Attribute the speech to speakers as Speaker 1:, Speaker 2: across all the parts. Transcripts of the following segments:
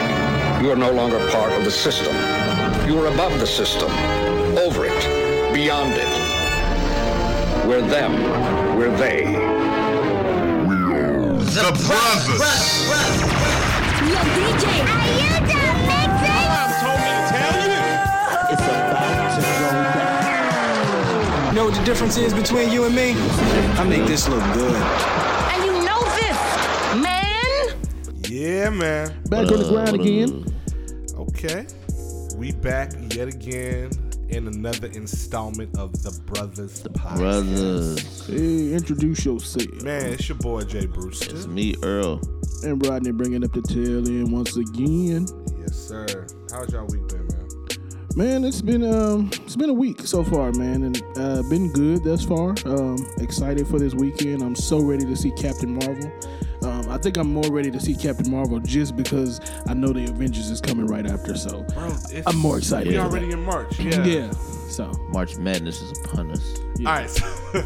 Speaker 1: You are no longer part of the system. You are above the system, over it, beyond it. We're them. We're they.
Speaker 2: We are the, the brothers. brothers.
Speaker 3: Yo, DJ,
Speaker 4: are you done mixing?
Speaker 5: Mom told me to tell you.
Speaker 6: It's about to go down.
Speaker 7: You know what the difference is between you and me? I make this look good.
Speaker 5: Yeah, man.
Speaker 8: Back on the ground again.
Speaker 5: Okay. We back yet again in another installment of the Brothers the Podcast.
Speaker 8: Brothers.
Speaker 7: Hey, introduce yourself.
Speaker 5: Man, it's your boy Jay Brewster.
Speaker 8: It's me, Earl.
Speaker 7: And Rodney bringing up the tail end once again.
Speaker 5: Yes, sir. How's y'all week been, man?
Speaker 7: Man, it's been um, it's been a week so far, man, and uh, been good thus far. Um, excited for this weekend. I'm so ready to see Captain Marvel. Um, I think I'm more ready to see Captain Marvel just because I know the Avengers is coming right after. So
Speaker 5: Bro,
Speaker 7: I'm more excited.
Speaker 5: We're already in March. Yeah.
Speaker 7: yeah. So
Speaker 8: March Madness is upon us.
Speaker 7: Yeah.
Speaker 5: All right. So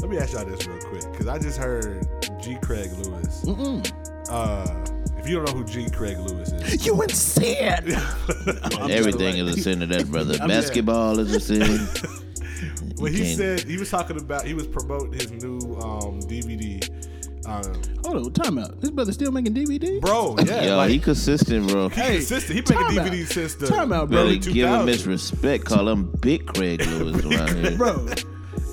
Speaker 5: let me ask y'all this real quick because I just heard G. Craig Lewis. Uh, if you don't know who G. Craig Lewis is,
Speaker 7: You insane.
Speaker 8: Everything is a sin to that brother. Basketball is a sin.
Speaker 5: Well,
Speaker 8: You
Speaker 5: he
Speaker 8: can't-
Speaker 5: said he was talking about he was promoting his new um, DVD. Um,
Speaker 7: Hold on, time out. This brother still making DVD?
Speaker 5: bro, yeah,
Speaker 8: Yo,
Speaker 5: like,
Speaker 8: he consistent, bro.
Speaker 5: he consistent. He making
Speaker 7: time out.
Speaker 5: DVD since the
Speaker 7: Time out,
Speaker 8: Better
Speaker 7: early
Speaker 8: give him
Speaker 5: 2000s.
Speaker 8: his respect. Call him Big Craig Lewis around here.
Speaker 7: Bro,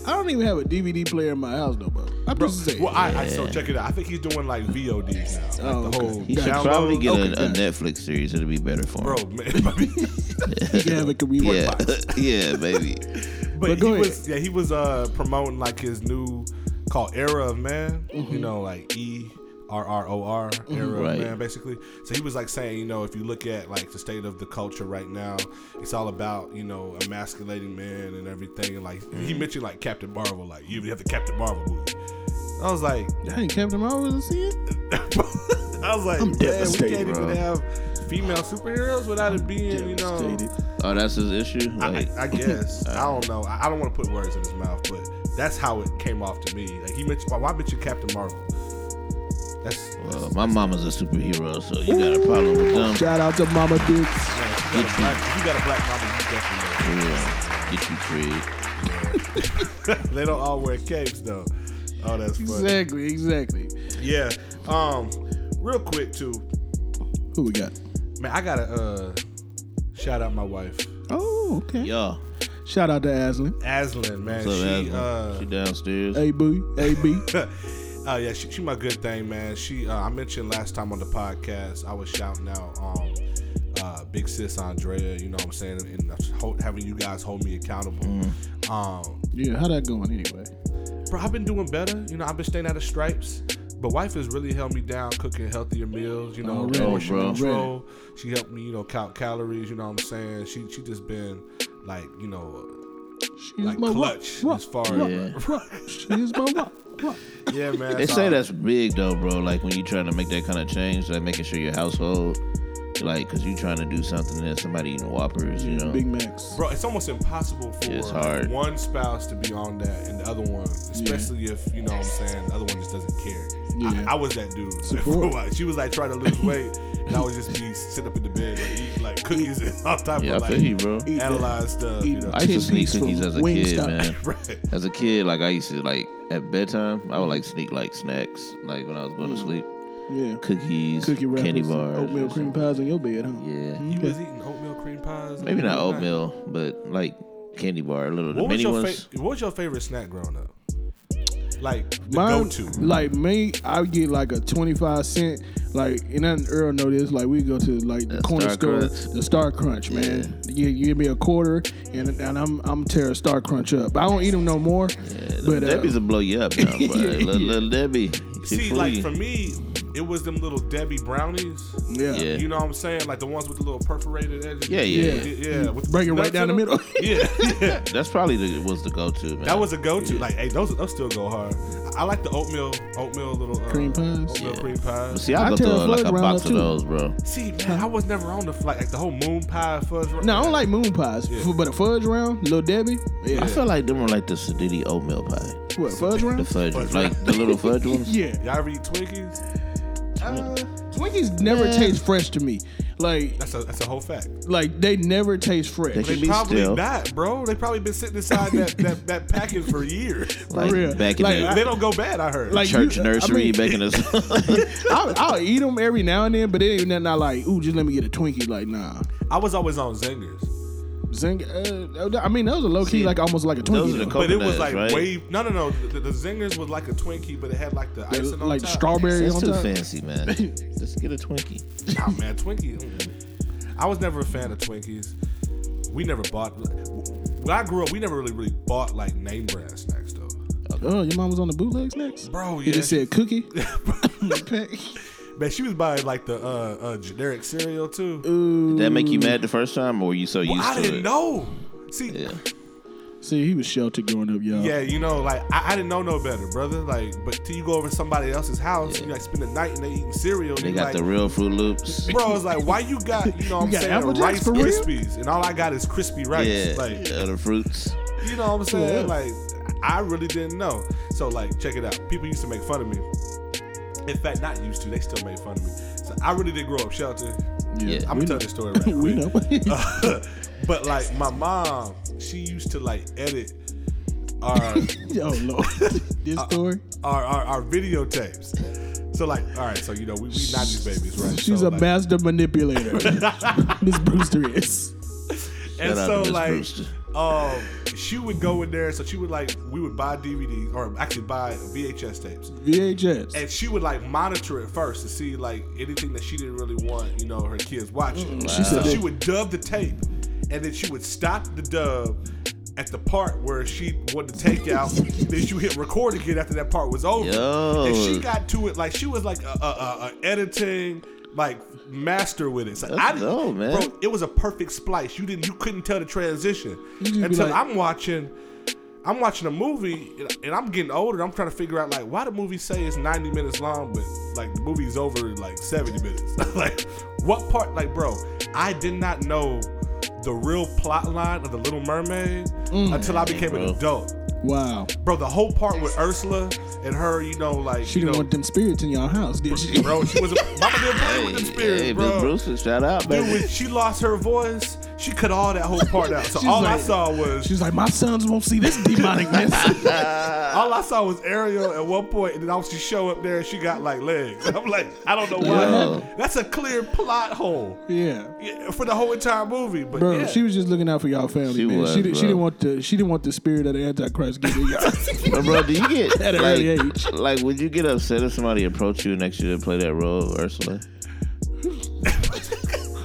Speaker 7: I don't even have a DVD player in my house, though, bro. I'm just saying.
Speaker 5: Well, I, I so check it out. I think he's doing like VODs now, like
Speaker 7: Oh,
Speaker 5: the
Speaker 7: okay.
Speaker 5: whole
Speaker 8: He should
Speaker 5: download. Oh,
Speaker 8: probably get
Speaker 7: Okay,
Speaker 8: a, a
Speaker 7: got
Speaker 8: Netflix series. It'll be better for him.
Speaker 5: bro, man. but he-
Speaker 7: you can have it can rework
Speaker 8: yeah,
Speaker 7: box.
Speaker 8: yeah, baby.
Speaker 5: but he
Speaker 7: go ahead.
Speaker 5: was yeah he was uh promoting like his new called Era of Man. You know, like E. R R O R era of
Speaker 8: Right.
Speaker 5: man basically. So he was like saying, you know, if you look at like the state of the culture right now, it's all about you know emasculating men and everything. And like he mentioned like Captain Marvel, like you have the Captain Marvel movie. I was like,
Speaker 7: Dang, Captain Marvel is in?
Speaker 5: I was like, man, we
Speaker 7: devastated,
Speaker 5: can't
Speaker 8: bro.
Speaker 5: even have female superheroes without it being, you know.
Speaker 7: Devastated.
Speaker 8: Oh, that's his issue.
Speaker 5: I,
Speaker 8: Like,
Speaker 5: I guess
Speaker 8: Uh,
Speaker 5: I don't know. I I don't want to put words in his mouth, but that's how it came off to me. Like he mentioned, why, why mention Captain Marvel? That's
Speaker 8: well, my mama's a superhero, so you got a problem with them.
Speaker 7: Shout out to Mama Dukes.
Speaker 5: that's- you, got a black, you got a black mama, you definitely.
Speaker 8: Yeah. Get you Craig.
Speaker 5: know. They don't all wear capes though. Oh, that's funny.
Speaker 7: Exactly, exactly.
Speaker 5: Yeah. Um, real quick too,
Speaker 7: Who we got?
Speaker 5: man. I gotta uh shout out my wife,
Speaker 7: Oh, okay.
Speaker 8: Yo,
Speaker 7: Shout out to Aslan.
Speaker 5: Aslan. Man,
Speaker 8: what's up,
Speaker 5: she
Speaker 8: Aslan?
Speaker 5: uh
Speaker 8: she downstairs.
Speaker 7: A B, A B.
Speaker 5: Oh yeah, she, she my good thing, man. She uh, I mentioned last time on the podcast, I was shouting out um, uh, big sis Andrea. You know what I'm saying, and uh, ho- having you guys hold me accountable.
Speaker 8: Mm-hmm.
Speaker 5: Um,
Speaker 7: Yeah, how that going anyway?
Speaker 5: bro, I've been doing better. You know, I've been staying out of stripes. But wife has really held me down cooking healthier meals, you know,
Speaker 7: Already,
Speaker 5: portion
Speaker 8: Oh, bro.
Speaker 5: control. She helped me, you know, count calories, you know what I'm saying? She she just been like, you know,
Speaker 7: She's
Speaker 5: Like
Speaker 7: my
Speaker 5: clutch,
Speaker 7: rock,
Speaker 5: as far
Speaker 7: rock,
Speaker 8: as-
Speaker 7: rock, rock. She's my rock, rock.
Speaker 5: yeah, man.
Speaker 8: They
Speaker 5: so-
Speaker 8: say that's big though, bro. Like when you trying to make that kind of change, like making sure your household, like, cause you trying to do something that somebody eating Whoppers, you know.
Speaker 7: Big Macs.
Speaker 5: Bro, it's almost impossible for
Speaker 8: It's hard.
Speaker 5: one spouse to be on that and the other one, especially if, you know what I'm saying, the other one just doesn't care.
Speaker 7: Yeah.
Speaker 5: I, I was that dude. for a
Speaker 7: Support.
Speaker 5: while. She was like trying to lose weight, and I would just be sitting up in the bed, like, eating like cookies and all type
Speaker 8: Yeah, I
Speaker 5: of
Speaker 8: feel you,
Speaker 5: like
Speaker 8: bro.
Speaker 7: Eat
Speaker 5: analyzed stuff. You
Speaker 7: Eat
Speaker 5: know?
Speaker 8: I used to sneak
Speaker 7: 10 piece
Speaker 8: cookies
Speaker 7: from
Speaker 8: as a kid,
Speaker 7: Wingstop.
Speaker 8: man.
Speaker 5: Right.
Speaker 8: As a kid, like I used to like at bedtime, I would like sneak like snacks, like when I was going to sleep,
Speaker 7: Yeah.
Speaker 8: cookies,
Speaker 7: Mm. Cookie wrappers,
Speaker 8: candy bars,
Speaker 7: oatmeal cream
Speaker 8: or
Speaker 7: Mm.
Speaker 8: something.
Speaker 7: pies in your bed, huh?
Speaker 8: Yeah,
Speaker 5: You was eating oatmeal cream pies.
Speaker 8: maybe not
Speaker 5: Like,
Speaker 8: oatmeal, but like candy bar, little the
Speaker 5: What was
Speaker 8: mini
Speaker 5: your
Speaker 8: ones.
Speaker 5: fa- What was your favorite snack growing up? Like the
Speaker 7: Mine,
Speaker 5: go-to.
Speaker 7: like me, I get like a twenty-five cent, like and I Earl know this. Like we go to like the
Speaker 8: That
Speaker 7: corner
Speaker 8: Star
Speaker 7: store,
Speaker 8: Crunch.
Speaker 7: the Star Crunch, man. You, you give me a quarter, and and I'm I'm tear a Star Crunch up. I don't eat them no more. but
Speaker 8: But, Debbie's
Speaker 7: uh,
Speaker 8: will blow you up now, bro.
Speaker 7: Yeah,
Speaker 8: little,
Speaker 7: yeah.
Speaker 8: little Debbie, she
Speaker 5: See,
Speaker 8: flew
Speaker 5: like
Speaker 8: you.
Speaker 5: for me, it was them little Debbie brownies.
Speaker 7: yeah,
Speaker 8: yeah.
Speaker 5: You know what I'm saying? Like the ones with the little perforated edges.
Speaker 8: Yeah, yeah,
Speaker 7: Yeah.
Speaker 5: Yeah, with
Speaker 7: Break it
Speaker 5: nuts
Speaker 7: right down the
Speaker 5: in
Speaker 7: middle.
Speaker 5: them. yeah, yeah.
Speaker 8: That's probably the, was the go-to. Man.
Speaker 5: That was a go-to. Like, hey, those those still go hard. I- I like the oatmeal, oatmeal little uh,
Speaker 7: Cream pies?
Speaker 5: Oatmeal
Speaker 8: Yeah.
Speaker 5: cream pies.
Speaker 8: See, I
Speaker 7: I
Speaker 8: go
Speaker 7: tell
Speaker 8: through
Speaker 7: Floyd
Speaker 8: like a
Speaker 7: Brown
Speaker 8: box
Speaker 7: that
Speaker 8: of
Speaker 7: too.
Speaker 8: those, bro.
Speaker 5: See, man, I was never on the flight. Like the whole moon pie fuzz.
Speaker 7: No, I don't like moon pies, F- but a fudge round, little Debbie. Yeah,
Speaker 8: I feel like them were like the Sediti oatmeal pie,
Speaker 7: what fudge
Speaker 8: the
Speaker 7: round?
Speaker 8: fudge,
Speaker 5: Fudge
Speaker 8: like the little fudge ones.
Speaker 7: Yeah,
Speaker 5: Y'all ever eat Twinkies?
Speaker 7: uh, Twinkies never
Speaker 8: Yeah.
Speaker 7: taste fresh to me. Like,
Speaker 5: That's a that's a whole fact.
Speaker 7: like they never taste fresh.
Speaker 8: They should
Speaker 5: They
Speaker 8: be
Speaker 5: probably
Speaker 8: still.
Speaker 5: not, bro. They probably been sitting inside that, that, that package for years.
Speaker 8: Like
Speaker 7: real.
Speaker 8: back in
Speaker 7: Like,
Speaker 8: the
Speaker 5: They don't go bad. I heard.
Speaker 7: Like,
Speaker 8: church
Speaker 7: you- I
Speaker 8: nursery,
Speaker 7: mean-
Speaker 8: back in the
Speaker 7: I'll, I'll eat them every now and then, but it ain't nothing I like. Ooh, just let me get a Twinkie. Like, nah.
Speaker 5: I was always on zingers,
Speaker 7: Zing, uh, I mean, that was a low key,
Speaker 8: See,
Speaker 7: like almost like a Twinkie.
Speaker 8: those are the
Speaker 7: though.
Speaker 8: co-
Speaker 5: but it was
Speaker 8: Coconuts,
Speaker 5: like
Speaker 8: right?
Speaker 5: way. No, no, no. The, the zingers was like a Twinkie, but it had like the icing on
Speaker 7: like
Speaker 5: top.
Speaker 7: strawberry
Speaker 8: That's
Speaker 7: on
Speaker 8: too
Speaker 7: top.
Speaker 8: fancy, man. Just get a Twinkie.
Speaker 5: Nah, man, Twinkie. mm. I was never a fan of Twinkies. We never bought. When I grew up, we never really really bought like name brand snacks though.
Speaker 7: Oh, your mom was on the bootlegs next,
Speaker 5: Bro,
Speaker 7: You
Speaker 5: yeah,
Speaker 7: just
Speaker 5: she-
Speaker 7: said cookie. Okay.
Speaker 5: Man, she was buying like the uh, uh, generic cereal too.
Speaker 8: Did that make you mad the first time, or were you so used
Speaker 5: I
Speaker 8: to
Speaker 5: didn't
Speaker 8: it?
Speaker 5: know. See,
Speaker 8: Yeah.
Speaker 7: See, he was sheltered growing up, y'all.
Speaker 5: Yeah, you know, like I, I didn't know no better, brother. Like, but till you go over to somebody else's house,
Speaker 8: Yeah.
Speaker 5: you like spend the night and they eating cereal.
Speaker 8: They
Speaker 5: you
Speaker 8: got
Speaker 5: like,
Speaker 8: the real Fruit Loops.
Speaker 5: bro. It's like why you got you know what
Speaker 7: You
Speaker 5: I'm
Speaker 7: got Apple
Speaker 5: saying
Speaker 7: Jacks
Speaker 5: rice
Speaker 7: for real?
Speaker 5: krispies and all I got is crispy rice.
Speaker 8: Yeah,
Speaker 5: Like
Speaker 8: yeah, the fruits.
Speaker 5: you know what I'm saying?
Speaker 7: Yeah.
Speaker 5: Like I really didn't know. So like check it out. People used to make fun of me. In fact, not used to. They still made fun of me. So I really did grow up sheltered.
Speaker 8: Yeah,
Speaker 5: I'm gonna tell
Speaker 7: We know.
Speaker 5: this story right
Speaker 7: we
Speaker 5: quick.
Speaker 7: know.
Speaker 5: Uh. but like my mom, she used to like edit our
Speaker 7: oh lord, this
Speaker 5: Uh,
Speaker 7: story.
Speaker 5: our, our, our videotapes. So like, all right, so you know, we we nineties babies, right?
Speaker 7: She's
Speaker 5: so,
Speaker 7: a
Speaker 5: like,
Speaker 7: master manipulator. Miss Brewster is.
Speaker 5: And
Speaker 8: Shout out
Speaker 5: so
Speaker 8: to Miss
Speaker 5: like,
Speaker 8: Brewster.
Speaker 5: um, she would go in there. So she would like, we would buy DVDs or actually buy VHS tapes,
Speaker 7: VHS.
Speaker 5: and she would like monitor it first to see like anything that she didn't really want, you know, her kids watching. So
Speaker 7: She said
Speaker 5: she
Speaker 7: that-
Speaker 5: would dub the tape, and then she would stop the dub. At the part where she wanted to take out, then she hit record again after that part was over.
Speaker 8: Yo.
Speaker 5: And she got to it like she was like a, a, a, a editing like master with it. So I
Speaker 8: That's
Speaker 5: didn't,
Speaker 8: dope, man.
Speaker 5: bro, it was a perfect splice. You didn't, you couldn't tell the transition
Speaker 7: just be
Speaker 5: until
Speaker 7: like-
Speaker 5: I'm watching. I'm watching a movie and- and I'm getting older. I'm trying to figure out like why the movie say it's 90 minutes long, but like the movie's over in, like 70 minutes. like what part? Like bro, I did not know the real plot line of the Little Mermaid until I became an
Speaker 8: bro.
Speaker 5: adult.
Speaker 7: Wow.
Speaker 5: Bro, the whole part with Ursula and her, you know, like
Speaker 7: She
Speaker 5: you
Speaker 7: didn't
Speaker 5: know,
Speaker 7: want them spirits in y'all house, did she?
Speaker 5: bro. She was a, mama didn't play with
Speaker 8: Hey,
Speaker 5: them spirits,
Speaker 8: hey, Miss
Speaker 5: bro.
Speaker 8: Brewster, shout out,
Speaker 5: Dude,
Speaker 8: baby.
Speaker 5: when she lost her voice, she cut all that whole part out. So
Speaker 7: She's
Speaker 5: all I
Speaker 7: like-
Speaker 5: saw was
Speaker 7: She's like, my sons won't see this demonic mess.
Speaker 5: all I saw was Ariel at one point, and then obviously show up there and she got like legs. I'm like, I don't know why.
Speaker 8: Yo.
Speaker 5: That's a clear plot hole
Speaker 7: yeah.
Speaker 5: yeah, for the whole entire movie. But
Speaker 7: Bro,
Speaker 5: yeah.
Speaker 7: she was just looking out for y'all family,
Speaker 8: She
Speaker 7: man.
Speaker 8: was,
Speaker 7: she, did, she
Speaker 8: bro.
Speaker 7: didn't want the she didn't want the spirit of the Antichrist getting in y'all.
Speaker 8: But bro, do you get
Speaker 7: At an
Speaker 8: like,
Speaker 7: early age.
Speaker 8: like would you get upset if somebody approached you and asked you to play that role, Ursula?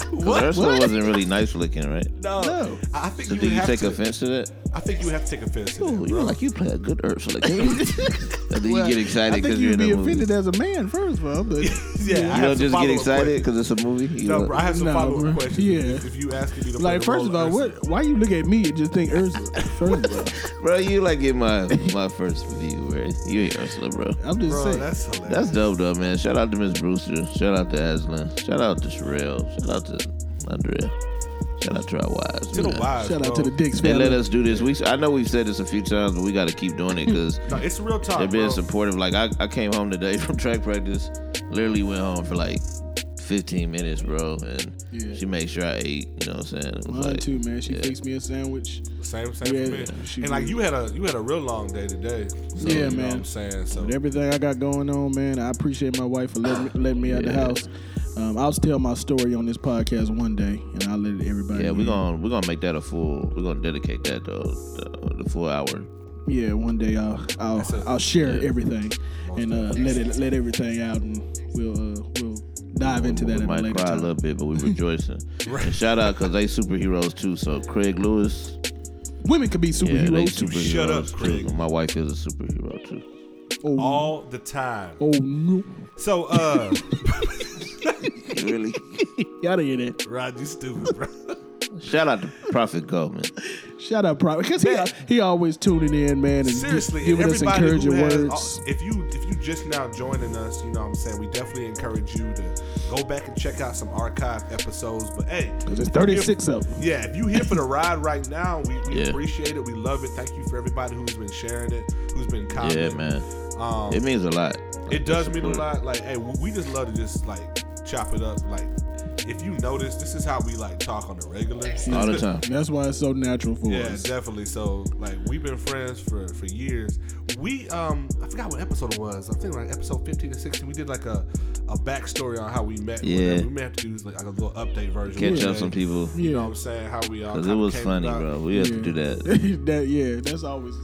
Speaker 8: 'Cause Ursula wasn't really nice looking, right?
Speaker 5: no,
Speaker 7: No.
Speaker 5: I I think
Speaker 8: So
Speaker 5: you
Speaker 8: did
Speaker 5: would
Speaker 8: you
Speaker 5: have
Speaker 8: take
Speaker 5: to.
Speaker 8: offense to that?
Speaker 5: I think you would have to take offense. To that,
Speaker 8: Ooh, you
Speaker 5: bro.
Speaker 8: were like you play a good Ursula. Can you? or do you get
Speaker 7: I
Speaker 8: excited
Speaker 7: think
Speaker 8: because you're
Speaker 7: you'd
Speaker 8: in
Speaker 7: be
Speaker 8: a movie?
Speaker 7: offended as a man, first of all. But
Speaker 5: yeah, I
Speaker 8: You
Speaker 5: have some
Speaker 8: don't just get
Speaker 5: follow-up
Speaker 8: excited
Speaker 5: questions.
Speaker 8: because it's a movie. You
Speaker 5: No,
Speaker 8: look-
Speaker 5: bro, I have some
Speaker 7: No,
Speaker 5: follow
Speaker 7: bro.
Speaker 5: up questions.
Speaker 7: Yeah.
Speaker 5: If you ask me to play
Speaker 7: like,
Speaker 5: the
Speaker 7: first
Speaker 5: role
Speaker 7: of all,
Speaker 5: Ursula.
Speaker 7: what? Why you look at me and just think Ursula? First of all,
Speaker 8: Bro, you like in my my first view, bro. You ain't Ursula, bro.
Speaker 7: I'm just
Speaker 5: Bro,
Speaker 7: saying.
Speaker 5: that's hilarious.
Speaker 8: That's dope though, man. Shout out to Miss Brewster. Shout out to Aslan. Shout out to Sherelle. Shout out to Andrea. Shout out to our wives.
Speaker 5: to the
Speaker 8: man.
Speaker 5: wives.
Speaker 7: Shout out
Speaker 5: bro.
Speaker 7: to the dicks,
Speaker 8: They
Speaker 7: man.
Speaker 8: let us do this. We I know we've said this a few times, but we got to keep doing it because
Speaker 5: No, it's real talk.
Speaker 8: they're being
Speaker 5: bro.
Speaker 8: supportive. Like I, I came home today from track practice. Literally went home for like 15 minutes, bro. And
Speaker 7: Yeah.
Speaker 8: she made sure I ate. You know what I'm saying? It was
Speaker 7: Mine
Speaker 8: like-
Speaker 7: too, man. She
Speaker 8: yeah.
Speaker 7: fixed me a sandwich.
Speaker 5: Same, same
Speaker 7: Yeah,
Speaker 5: for me.
Speaker 7: yeah, she
Speaker 5: and like
Speaker 7: really-
Speaker 5: you had a you had a real long day today. So,
Speaker 7: Yeah,
Speaker 5: you Know
Speaker 7: man.
Speaker 5: what I'm saying so.
Speaker 7: With everything I got going on, man, I appreciate my wife for letting me, letting me out the house. Um, I'll tell my story on this podcast one day, and I'll let everybody.
Speaker 8: Yeah,
Speaker 7: know.
Speaker 8: we're gonna we're gonna make that a full. We're gonna dedicate that though, the, the full hour.
Speaker 7: Yeah, one day I'll I'll,
Speaker 5: That's a-
Speaker 7: I'll share everything and uh, let it let everything out, and we'll uh, we'll dive into that at
Speaker 8: we
Speaker 7: a
Speaker 8: might
Speaker 7: later
Speaker 8: cry a
Speaker 7: time.
Speaker 8: little bit, but we rejoicing. And shout out because they superheroes too. So Craig Lewis,
Speaker 7: Women could be
Speaker 8: yeah, they
Speaker 7: superheroes.
Speaker 8: superheroes.
Speaker 5: Shut up,
Speaker 8: too.
Speaker 5: Craig.
Speaker 8: My wife is a superhero too.
Speaker 7: oh,
Speaker 5: all the time.
Speaker 7: oh no,
Speaker 5: So, uh,
Speaker 8: Really?
Speaker 7: y'all didn't hear that.
Speaker 5: Rod, you stupid, bro.
Speaker 8: shout out to Prophet Goldman.
Speaker 7: Shout out, probably because he
Speaker 5: Man.
Speaker 7: he always tuning in, man, and gi-
Speaker 5: Seriously,
Speaker 7: giving us
Speaker 5: everybody who
Speaker 7: encouraging
Speaker 5: has,
Speaker 7: words.
Speaker 5: if you if you just now joining us, you know what I'm saying we definitely encourage you to go back and check out some archive episodes. But hey,
Speaker 7: There's 36 of them.
Speaker 5: Yeah, if you here for the ride right now, we, we
Speaker 8: Yeah.
Speaker 5: appreciate it. We love it. Thank you for everybody who's been sharing it, who's been
Speaker 8: Yeah,
Speaker 5: commenting.
Speaker 8: man.
Speaker 5: Um,
Speaker 8: It means a lot.
Speaker 5: it does mean a
Speaker 8: support.
Speaker 5: lot. Like, hey, we we just love to just like chop it up. Like, if you notice, this is how we like talk on the regular.
Speaker 8: all the time.
Speaker 7: That's why it's so natural for
Speaker 5: Yeah,
Speaker 7: us.
Speaker 5: definitely. So like we've been friends for for years. We um I forgot what episode it was. I think like episode fifteen or sixteen. We did like a a backstory on how we met.
Speaker 8: Yeah.
Speaker 5: we may have to do like, a little update version.
Speaker 8: Catch
Speaker 5: Yeah.
Speaker 8: up some people.
Speaker 5: You know
Speaker 7: Yeah.
Speaker 5: what I'm saying? How we all
Speaker 8: Cause it
Speaker 5: kinda
Speaker 8: was
Speaker 5: came
Speaker 8: funny,
Speaker 5: about.
Speaker 8: bro. We have to do that.
Speaker 7: that yeah, that's always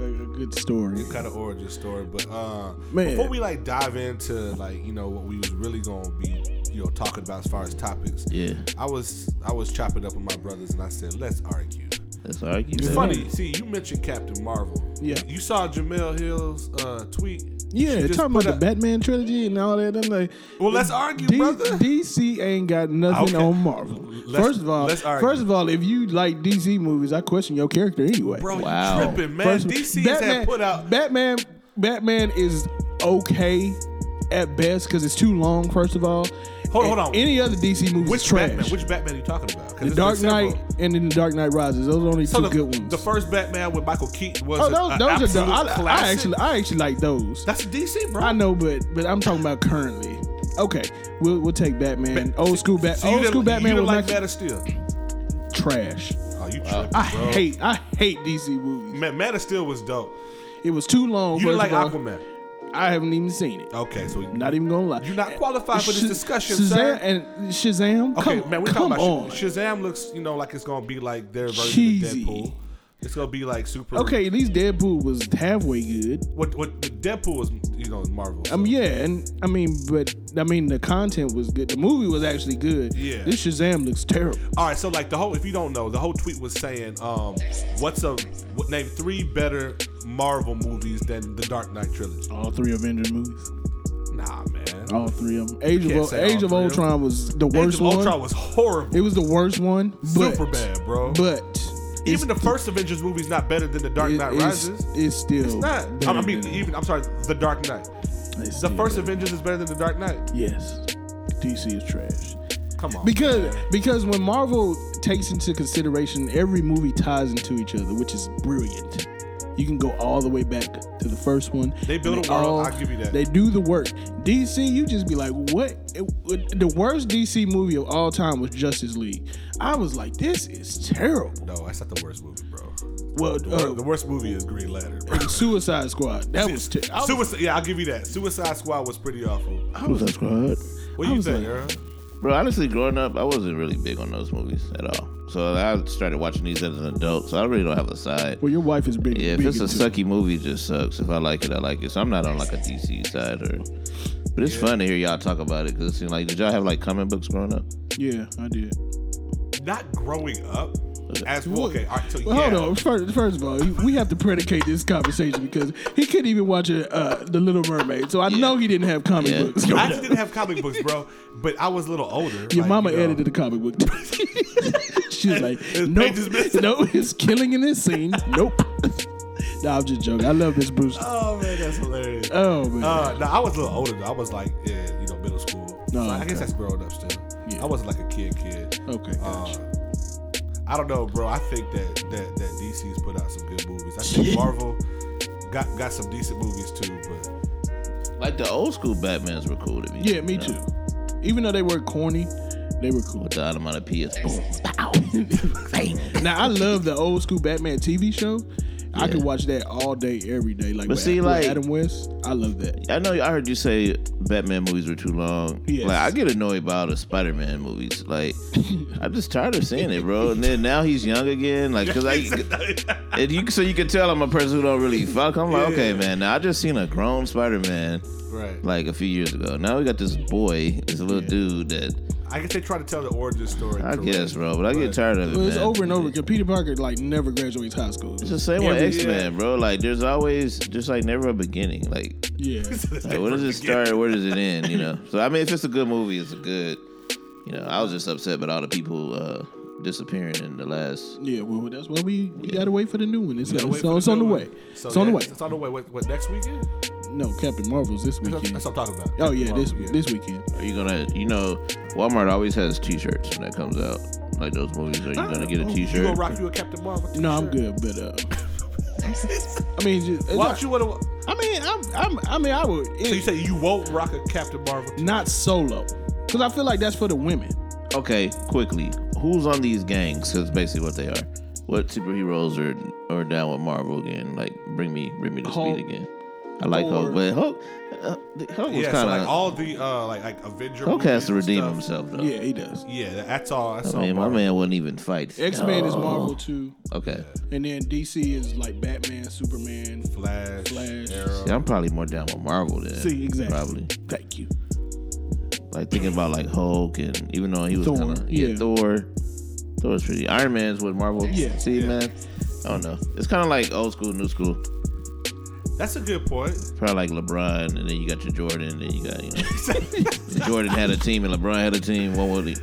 Speaker 7: a, a good story.
Speaker 5: kind of origin story. But uh,
Speaker 7: Man.
Speaker 5: before we like dive into like you know what we was really gonna be you know talking about as far as topics,
Speaker 8: Yeah.
Speaker 5: I was I was chopping up with my brothers and I said let's argue.
Speaker 8: That's all right.
Speaker 5: It's funny. See, you mentioned Captain Marvel.
Speaker 7: Yeah.
Speaker 5: You saw Jamel Hill's uh, tweet. She
Speaker 7: Yeah,
Speaker 5: just
Speaker 7: talking
Speaker 5: put
Speaker 7: about the
Speaker 5: out-
Speaker 7: Batman trilogy and all that. I'm like,
Speaker 5: Well, let's argue,
Speaker 7: D-
Speaker 5: brother.
Speaker 7: DC ain't got nothing
Speaker 5: Okay.
Speaker 7: on Marvel.
Speaker 5: Let's-
Speaker 7: first of all,
Speaker 5: let's argue.
Speaker 7: first of all, if you like DC movies, I question your character anyway.
Speaker 5: Bro,
Speaker 8: Wow.
Speaker 5: you tripping, man.
Speaker 7: First-
Speaker 5: DC
Speaker 7: Batman,
Speaker 5: had put out.
Speaker 7: Batman. Batman is okay at best because it's too long. First of all,
Speaker 5: Hold on,
Speaker 7: And
Speaker 5: hold on.
Speaker 7: Any other DC movie is
Speaker 5: Which
Speaker 7: trash.
Speaker 5: Batman? Which Batman are you talking about? 'Cause
Speaker 7: the
Speaker 5: it's
Speaker 7: Dark
Speaker 5: been several.
Speaker 7: Knight and then the Dark Knight Rises. Those are the only
Speaker 5: So
Speaker 7: two
Speaker 5: the,
Speaker 7: good ones.
Speaker 5: the first Batman with Michael Keaton was
Speaker 7: oh,
Speaker 5: a,
Speaker 7: those,
Speaker 5: a
Speaker 7: those are
Speaker 5: absolute
Speaker 7: the. I, I
Speaker 5: classic.
Speaker 7: actually, I actually like those.
Speaker 5: That's DC, bro.
Speaker 7: I know, but but I'm talking about currently. Okay, we'll we'll take Batman.
Speaker 5: Bat-
Speaker 7: old school Bat.
Speaker 5: So you
Speaker 7: old
Speaker 5: didn't-
Speaker 7: school Batman
Speaker 5: You
Speaker 7: was
Speaker 5: didn't like
Speaker 7: Michael-
Speaker 5: Man of Steel.
Speaker 7: trash.
Speaker 5: Oh, you tripping,
Speaker 7: I
Speaker 5: bro.
Speaker 7: hate I hate DC movies.
Speaker 5: Man, Man of Steel was dope.
Speaker 7: It was too long.
Speaker 5: You didn't
Speaker 7: first
Speaker 5: like
Speaker 7: of all.
Speaker 5: Aquaman.
Speaker 7: I haven't even seen it.
Speaker 5: Okay, so
Speaker 7: Not even gonna lie.
Speaker 5: You're not qualified for this
Speaker 7: Sh-
Speaker 5: discussion,
Speaker 7: Shazam
Speaker 5: sir.
Speaker 7: and Shazam.
Speaker 5: Okay,
Speaker 7: come,
Speaker 5: man, we're
Speaker 7: come
Speaker 5: talking about
Speaker 7: on.
Speaker 5: Shaz- Shazam. Looks, you know, like it's gonna be like their version
Speaker 7: Cheesy.
Speaker 5: of Deadpool. It's gonna be like super.
Speaker 7: okay, at least Deadpool was halfway good.
Speaker 5: What what Deadpool is, you know, Marvel.
Speaker 7: I mean, yeah, and I mean, but I mean, the content was good. The movie was actually good.
Speaker 5: Yeah.
Speaker 7: This Shazam looks terrible.
Speaker 5: All right, so like the whole, if you don't know, the whole tweet was saying, um, what's a what, name three better Marvel movies than the Dark Knight trilogy?
Speaker 7: All three Avengers movies.
Speaker 5: Nah, man.
Speaker 7: All three of them. Age
Speaker 5: Can't
Speaker 7: of
Speaker 5: say all
Speaker 7: Age of
Speaker 5: three of them.
Speaker 7: Ultron was the
Speaker 5: Age
Speaker 7: Uh, worst
Speaker 5: of
Speaker 7: one.
Speaker 5: Ultron was horrible.
Speaker 7: It was the worst one. But,
Speaker 5: super bad, bro.
Speaker 7: But
Speaker 5: even the first Avengers movie is not better than the Dark
Speaker 7: it-
Speaker 5: Knight
Speaker 7: it's,
Speaker 5: Rises.
Speaker 7: it's still
Speaker 5: It's not. I
Speaker 7: better
Speaker 5: mean,
Speaker 7: than-
Speaker 5: even I'm sorry, the Dark Knight.
Speaker 7: it's
Speaker 5: The
Speaker 7: still
Speaker 5: first
Speaker 7: better.
Speaker 5: Avengers is better than the Dark Knight.
Speaker 7: Yes, DC is trash.
Speaker 5: Come on.
Speaker 7: Because because when Marvel takes into consideration every movie ties into each other, which is brilliant. You can go all the way back to the first one.
Speaker 5: They build
Speaker 7: And
Speaker 5: a world, I'll give you that.
Speaker 7: They do the work. DC, you just be like, what? It- it- the worst DC movie of all time was Justice League. I was like, this is terrible.
Speaker 5: no, that's not the worst movie, bro.
Speaker 7: Well,
Speaker 5: The, wor-
Speaker 7: uh,
Speaker 5: the worst movie is Green Lantern. Bro.
Speaker 7: Suicide Squad. That was terrible.
Speaker 5: Suicide. Yeah, I'll give you that. Suicide Squad was pretty awful.
Speaker 8: I was subscribed.
Speaker 5: What do
Speaker 7: I
Speaker 5: you
Speaker 7: was
Speaker 5: think,
Speaker 7: like-
Speaker 5: Earl?
Speaker 8: Bro, honestly, growing up, I wasn't really big on those movies at all. So I started watching these as an adult. So I really don't have a side.
Speaker 7: Well, your wife is big.
Speaker 8: Yeah, if
Speaker 7: big
Speaker 8: it's a
Speaker 7: into-
Speaker 8: sucky movie, it just sucks. If I like it, I like it. So I'm not on like a DC side or. But it's fun to hear y'all talk about it because it seems like did y'all have like comic books growing up?
Speaker 7: Yeah, I did.
Speaker 5: Not growing up. As well, okay, all right, so
Speaker 7: Well,
Speaker 5: yeah.
Speaker 7: hold on. First, first of all, you- we have to predicate this conversation because he couldn't even watch a, uh, The Little Mermaid, so I know he didn't have comic
Speaker 8: Yeah.
Speaker 7: books.
Speaker 5: I actually didn't have comic books, bro, but I was a little older.
Speaker 7: Your
Speaker 5: like,
Speaker 7: mama
Speaker 5: you know.
Speaker 7: edited the comic book. She's like,
Speaker 5: It's
Speaker 7: nope,
Speaker 5: pages missing."
Speaker 7: no, it's killing in this scene. Nope. nah, I'm just joking. I love Miss Bruce.
Speaker 5: Oh man, that's hilarious. Uh,
Speaker 7: Oh man,
Speaker 5: no, I was a little older. though. I was like, yeah, you know, middle school.
Speaker 7: No,
Speaker 5: so I
Speaker 7: okay.
Speaker 5: guess that's growing up still.
Speaker 7: Yeah. Oh,
Speaker 5: I wasn't like a kid, kid.
Speaker 7: Okay,
Speaker 5: Uh,
Speaker 7: gotcha.
Speaker 5: I don't know, bro. I think that that that DC's put out some good movies. I think Marvel got got some decent movies too, but
Speaker 8: Like the old school Batmans were cool to me.
Speaker 7: yeah, me
Speaker 8: you know,
Speaker 7: too. Even though they were corny, they were cool.
Speaker 8: With the automatopoeia, boom, pow.
Speaker 7: Now I love the old school Batman TV show. I could watch that all day, every day. Like,
Speaker 8: But
Speaker 7: with-
Speaker 8: see,
Speaker 7: with
Speaker 8: like-
Speaker 7: Adam West, I love that.
Speaker 8: I know I heard you say Batman movies were too long.
Speaker 7: Yes.
Speaker 8: Like I get annoyed by all the Spider-Man movies. Like I'm just tired of seeing it, bro. And then now he's young again. Like because I, and you so you can tell I'm a person who don't really fuck. I'm like, okay, man. Now I just seen a grown Spider-Man
Speaker 5: right.
Speaker 8: like a few years ago. Now we got this boy, this little dude that
Speaker 5: I guess they try to tell the origin story.
Speaker 8: I
Speaker 5: correct.
Speaker 8: guess, bro. But I get
Speaker 5: But-
Speaker 8: tired of it.
Speaker 7: Well, it's
Speaker 8: man.
Speaker 7: over and over. 'cause Peter Parker like never graduates high school.
Speaker 8: It's the same with
Speaker 7: Every-
Speaker 8: X Men, bro. Like there's always just like never a beginning. Like
Speaker 7: Yeah,
Speaker 8: Like, where does it start? Where does it end? You know. So I mean, if it's a good movie, it's a good. You know, I was just upset about all the people uh, disappearing in the last.
Speaker 7: yeah. Well, that's why we, we gotta wait for the new one. It's,
Speaker 5: Gotta wait
Speaker 7: it's,
Speaker 5: for the
Speaker 7: it's on the
Speaker 5: new
Speaker 7: way.
Speaker 5: one. So
Speaker 7: It's on the
Speaker 5: yeah,
Speaker 7: way.
Speaker 5: It's on the way. What, what next weekend?
Speaker 7: No, Captain Marvel's this
Speaker 5: That's,
Speaker 7: weekend.
Speaker 5: that's what I'm talking about.
Speaker 7: Oh yeah,
Speaker 5: Tomorrow,
Speaker 7: this this weekend.
Speaker 8: Are you gonna? You know, Walmart always has T-shirts when that comes out. Like those movies, are you gonna get a
Speaker 5: You
Speaker 8: T-shirt?
Speaker 5: gonna rock you a Captain Marvel?
Speaker 7: No, I'm good, but uh, I mean, uh, just,
Speaker 5: Why don't you want to?
Speaker 7: I mean, I'm, I'm I mean, I would
Speaker 5: So you
Speaker 7: it,
Speaker 5: say you won't rock a Captain Marvel?
Speaker 7: not solo. Because I feel like that's for the women.
Speaker 8: Okay, quickly, who's on these gangs? Because basically what they are. What superheroes are are down with Marvel again? Like, bring me, bring me to
Speaker 7: Hulk.
Speaker 8: speed again. I like
Speaker 7: Or-
Speaker 8: Hulk, but Hulk, uh, the- Hulk was
Speaker 5: Yeah, so
Speaker 8: kind of
Speaker 5: like all the uh, like like Avenger.
Speaker 8: Hulk has
Speaker 5: movies
Speaker 8: to
Speaker 5: and
Speaker 8: redeem
Speaker 5: stuff.
Speaker 8: himself
Speaker 5: Oh.
Speaker 8: though.
Speaker 7: Yeah, he does.
Speaker 5: Yeah, that's all. That's
Speaker 8: I
Speaker 5: all.
Speaker 8: mean, my
Speaker 5: Marvel.
Speaker 8: man wouldn't even fight. Oh.
Speaker 7: X Men
Speaker 5: Oh.
Speaker 7: is Marvel too,
Speaker 8: Okay,
Speaker 7: and then DC is like Batman, Superman.
Speaker 5: Flash,
Speaker 7: Flash.
Speaker 5: Arrow.
Speaker 8: See, I'm probably more down with Marvel than
Speaker 7: See, exactly.
Speaker 8: probably.
Speaker 7: Thank you.
Speaker 8: like thinking about like Hulk and even though he was
Speaker 7: Thor,
Speaker 8: kind of yeah,
Speaker 7: yeah.
Speaker 8: Thor. Thor's pretty. Iron Man's with Marvel.
Speaker 7: Yeah.
Speaker 8: See, man. I don't know. It's kind of like old school, new school.
Speaker 5: That's a good point.
Speaker 8: Probably like LeBron, and then you got your Jordan, and then you got you know. Jordan had a team, and LeBron had a team. What would he?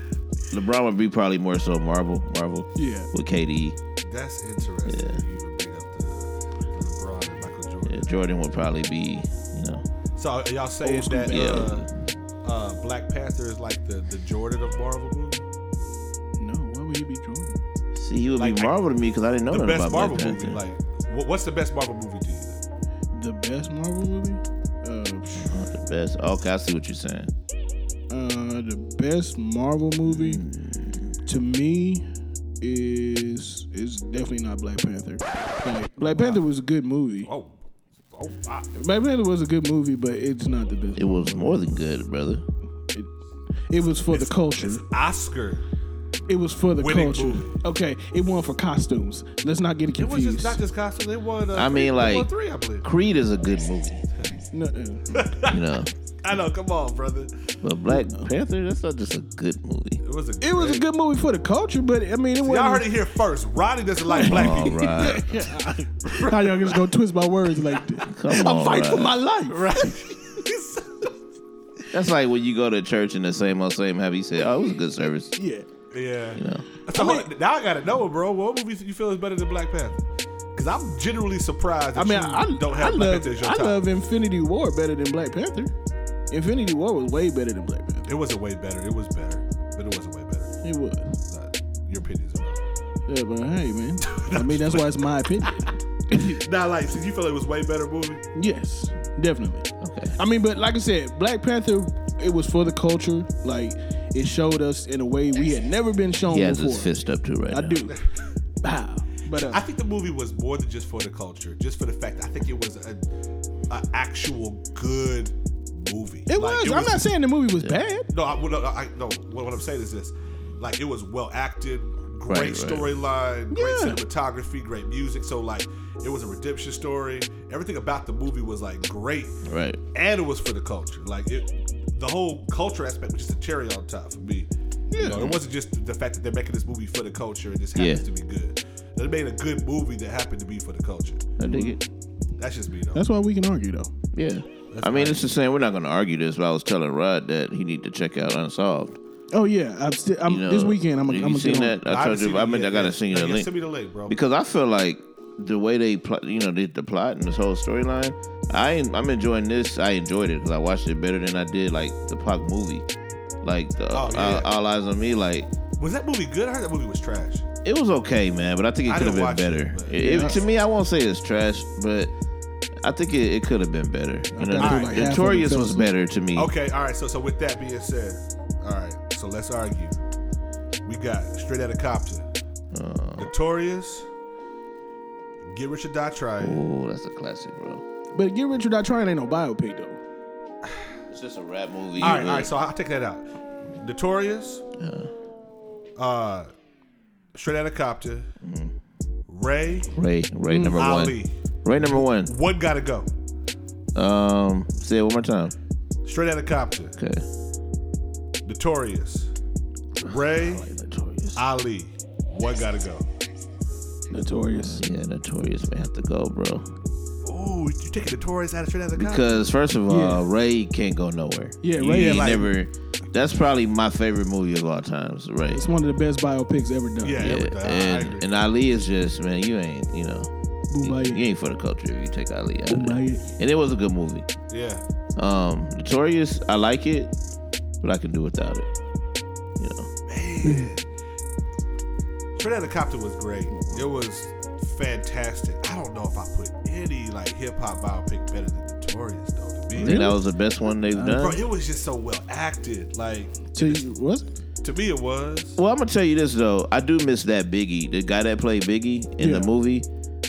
Speaker 8: LeBron would be probably more so Marvel, Marvel.
Speaker 7: Yeah.
Speaker 8: With KD,
Speaker 5: That's interesting.
Speaker 8: Yeah.
Speaker 5: that You even bring up the LeBron and Michael Jordan.
Speaker 8: yeah, Jordan would probably be you know.
Speaker 5: So are y'all saying
Speaker 7: Old school
Speaker 5: that
Speaker 8: basketball.
Speaker 5: uh, uh, Black Panther is like the, the Jordan of Marvel movies?
Speaker 7: No, why would he be Jordan?
Speaker 8: See, he would
Speaker 5: Like,
Speaker 8: be
Speaker 5: I-
Speaker 8: Marvel to me because I didn't know
Speaker 5: The
Speaker 8: nothing
Speaker 5: best
Speaker 8: about
Speaker 5: Marvel
Speaker 8: Black
Speaker 5: movie.
Speaker 8: Panther.
Speaker 5: Like, wh- what's the best Marvel movie to you?
Speaker 7: The best Marvel movie? Uh, psh,
Speaker 8: the best. Okay, I see what you're saying.
Speaker 7: uh, the best Marvel movie to me is is definitely not Black Panther. Like, Black Panther was a good movie.
Speaker 5: Oh, oh, I,
Speaker 7: Black Panther was a good movie, but it's not the best.
Speaker 8: It was more than good, brother.
Speaker 7: It, it was for the culture.
Speaker 5: it's Oscar.
Speaker 7: It was for the
Speaker 5: winning
Speaker 7: culture.
Speaker 5: movie.
Speaker 7: Okay, it won for costumes. Let's not get it
Speaker 5: It was
Speaker 7: confused.
Speaker 5: just not just costume. They won. Uh,
Speaker 8: I
Speaker 5: three-
Speaker 8: mean,
Speaker 5: they won
Speaker 8: like-
Speaker 5: three, I believe.
Speaker 8: Creed is a good movie,
Speaker 7: No, uh,
Speaker 8: you know.
Speaker 5: I know. Come on, brother.
Speaker 8: But Black Panther, that's not just a good movie.
Speaker 5: It was a.
Speaker 7: it was a
Speaker 5: great-
Speaker 7: good movie for the culture, but I mean, it wasn't.
Speaker 5: Y'all heard it here first. Roddy doesn't like black
Speaker 8: All
Speaker 5: people.
Speaker 8: right,
Speaker 7: How y'all just gonna twist my words like that?
Speaker 8: come
Speaker 7: I'm
Speaker 8: on.
Speaker 7: fighting for
Speaker 8: Rod.
Speaker 7: my life.
Speaker 8: That's like when you go to church and the same old same have you said, "Oh, it was a good service."
Speaker 7: Yeah.
Speaker 5: Yeah.
Speaker 8: You know,
Speaker 5: So hold- now I gotta know, bro. What movie you feel is better than Black Panther? Because I'm generally surprised. That
Speaker 7: I mean,
Speaker 5: you
Speaker 7: I,
Speaker 5: don't
Speaker 7: I
Speaker 5: have Black
Speaker 7: love
Speaker 5: Panther as your
Speaker 7: I
Speaker 5: top.
Speaker 7: love Infinity War better than Black Panther. Infinity War was way better than Black Panther.
Speaker 5: It wasn't way better. It was better, but it wasn't way better.
Speaker 7: It was.
Speaker 5: It's not- your opinions are wrong.
Speaker 7: Yeah, but hey, man. I mean, that's why it's my opinion.
Speaker 5: Now, like, since you feel it was way better movie,
Speaker 7: Yes, definitely.
Speaker 8: okay.
Speaker 7: I mean, but like I said, Black Panther, it was for the culture. Like, it showed us in a way we had never been shown
Speaker 8: He has
Speaker 7: before.
Speaker 8: his fist up too right
Speaker 7: I
Speaker 8: now.
Speaker 7: do. Wow. But uh,
Speaker 5: I think the movie was more than just for the culture, just for the fact. I think it was a, a actual good movie.
Speaker 7: it
Speaker 5: Like,
Speaker 7: was. I'm not saying the movie was bad.
Speaker 5: No, I, well, no, I, no. What, what I'm saying is this: like, it was well acted, great
Speaker 8: Right, right.
Speaker 5: storyline,
Speaker 7: Yeah.
Speaker 5: great cinematography, great music. So, like, it was a redemption story. Everything about the movie was like great,
Speaker 8: Right.
Speaker 5: and it was for the culture. Like, it, the whole culture aspect was just a cherry on top for me. You know, it wasn't just the fact that they're making this movie for the culture and this happens
Speaker 8: Yeah.
Speaker 5: to be good. They made a good movie that happened to be for the culture.
Speaker 8: I dig it.
Speaker 5: That's just me, though.
Speaker 7: That's why we can argue, though.
Speaker 8: Yeah. I mean, it's the same. We're not going to argue this, but I was telling Rod that he need to check out Unsolved.
Speaker 7: Oh yeah, I'm still. I'm,
Speaker 8: You know,
Speaker 7: this weekend, I'm.
Speaker 8: you
Speaker 7: I'm
Speaker 8: seen
Speaker 7: get on.
Speaker 8: that? I
Speaker 5: haven't
Speaker 8: told you.
Speaker 5: seen
Speaker 8: I
Speaker 5: it
Speaker 8: mean,
Speaker 5: yet,
Speaker 8: I got
Speaker 5: yeah.
Speaker 8: to send you
Speaker 5: No,
Speaker 8: the
Speaker 5: yeah,
Speaker 8: link.
Speaker 5: Send me the link, bro.
Speaker 8: because I feel like the way they plot, you know, the, the plot and this whole storyline, I ain't- I'm enjoying this. I enjoyed it because I watched it better than I did like the Pac movie, like the,
Speaker 5: Oh, yeah.
Speaker 8: uh, All Eyes on Me. Like
Speaker 5: was that movie good? I heard that movie was trash.
Speaker 8: it was okay, man, but I think it
Speaker 5: I
Speaker 8: could have
Speaker 5: didn't
Speaker 8: been
Speaker 5: watch it,
Speaker 8: better.
Speaker 5: but-
Speaker 8: It- it- to me, I won't say it's trash, but I think it, it could have been better. You know,
Speaker 7: got
Speaker 5: through,
Speaker 8: the-
Speaker 5: like,
Speaker 7: half of
Speaker 8: Notorious
Speaker 7: it.
Speaker 8: was better to me.
Speaker 5: Okay, all right. So, so with that being said, all right. So let's argue. We got Straight Outta Compton,
Speaker 8: Uh.
Speaker 5: Notorious, Get Rich or Die Trying.
Speaker 8: Oh, that's a classic, bro.
Speaker 7: But Get Rich or Die Trying ain't no biopic though.
Speaker 8: It's just a rap movie.
Speaker 5: All right, all
Speaker 8: with-
Speaker 5: right. So I'll take that out. Notorious, uh, Straight Outta Compton, Ray,
Speaker 8: Ray, Ray number
Speaker 5: Mm, Ali.
Speaker 8: Mm-hmm. one. Ray number one.
Speaker 5: One gotta go.
Speaker 8: Um, say it one more time.
Speaker 5: Straight Outta Compton,
Speaker 8: Okay.
Speaker 5: Notorious, Ray,
Speaker 8: Notorious.
Speaker 5: Ali. One gotta go.
Speaker 7: Notorious.
Speaker 8: Yeah, Notorious may have to go, bro.
Speaker 5: Ooh, you taking Notorious out of Straight Outta Compton?
Speaker 8: Because first of all,
Speaker 7: Yeah.
Speaker 8: Ray can't go nowhere.
Speaker 7: Yeah,
Speaker 8: He
Speaker 7: Ray
Speaker 8: ain't
Speaker 7: ain't like-
Speaker 8: never. That's probably my favorite movie of all times, Ray.
Speaker 7: It's one of the best biopics ever done.
Speaker 5: yeah,
Speaker 8: Yeah,
Speaker 5: everything. I- I agree.
Speaker 8: and, and Ali is just man, you ain't you know, you,
Speaker 7: Boom,
Speaker 8: you ain't for the culture if you take Ali out. Of
Speaker 7: Boom,
Speaker 8: it. And it was a good movie.
Speaker 5: Yeah.
Speaker 8: Um, Notorious, I like it, but I can do without it. You know,
Speaker 5: Straight Outta Compton was great. It was fantastic. I don't know if I put any like hip hop biopic better than Notorious though. To me, Uh,
Speaker 8: I think that was the best one they've done.
Speaker 5: bro, it was just so well acted. Like
Speaker 7: to you. What?
Speaker 5: To me, it was.
Speaker 8: Well, I'm gonna tell you this though. I do miss that Biggie, the guy that played Biggie in
Speaker 7: Yeah.
Speaker 8: the movie,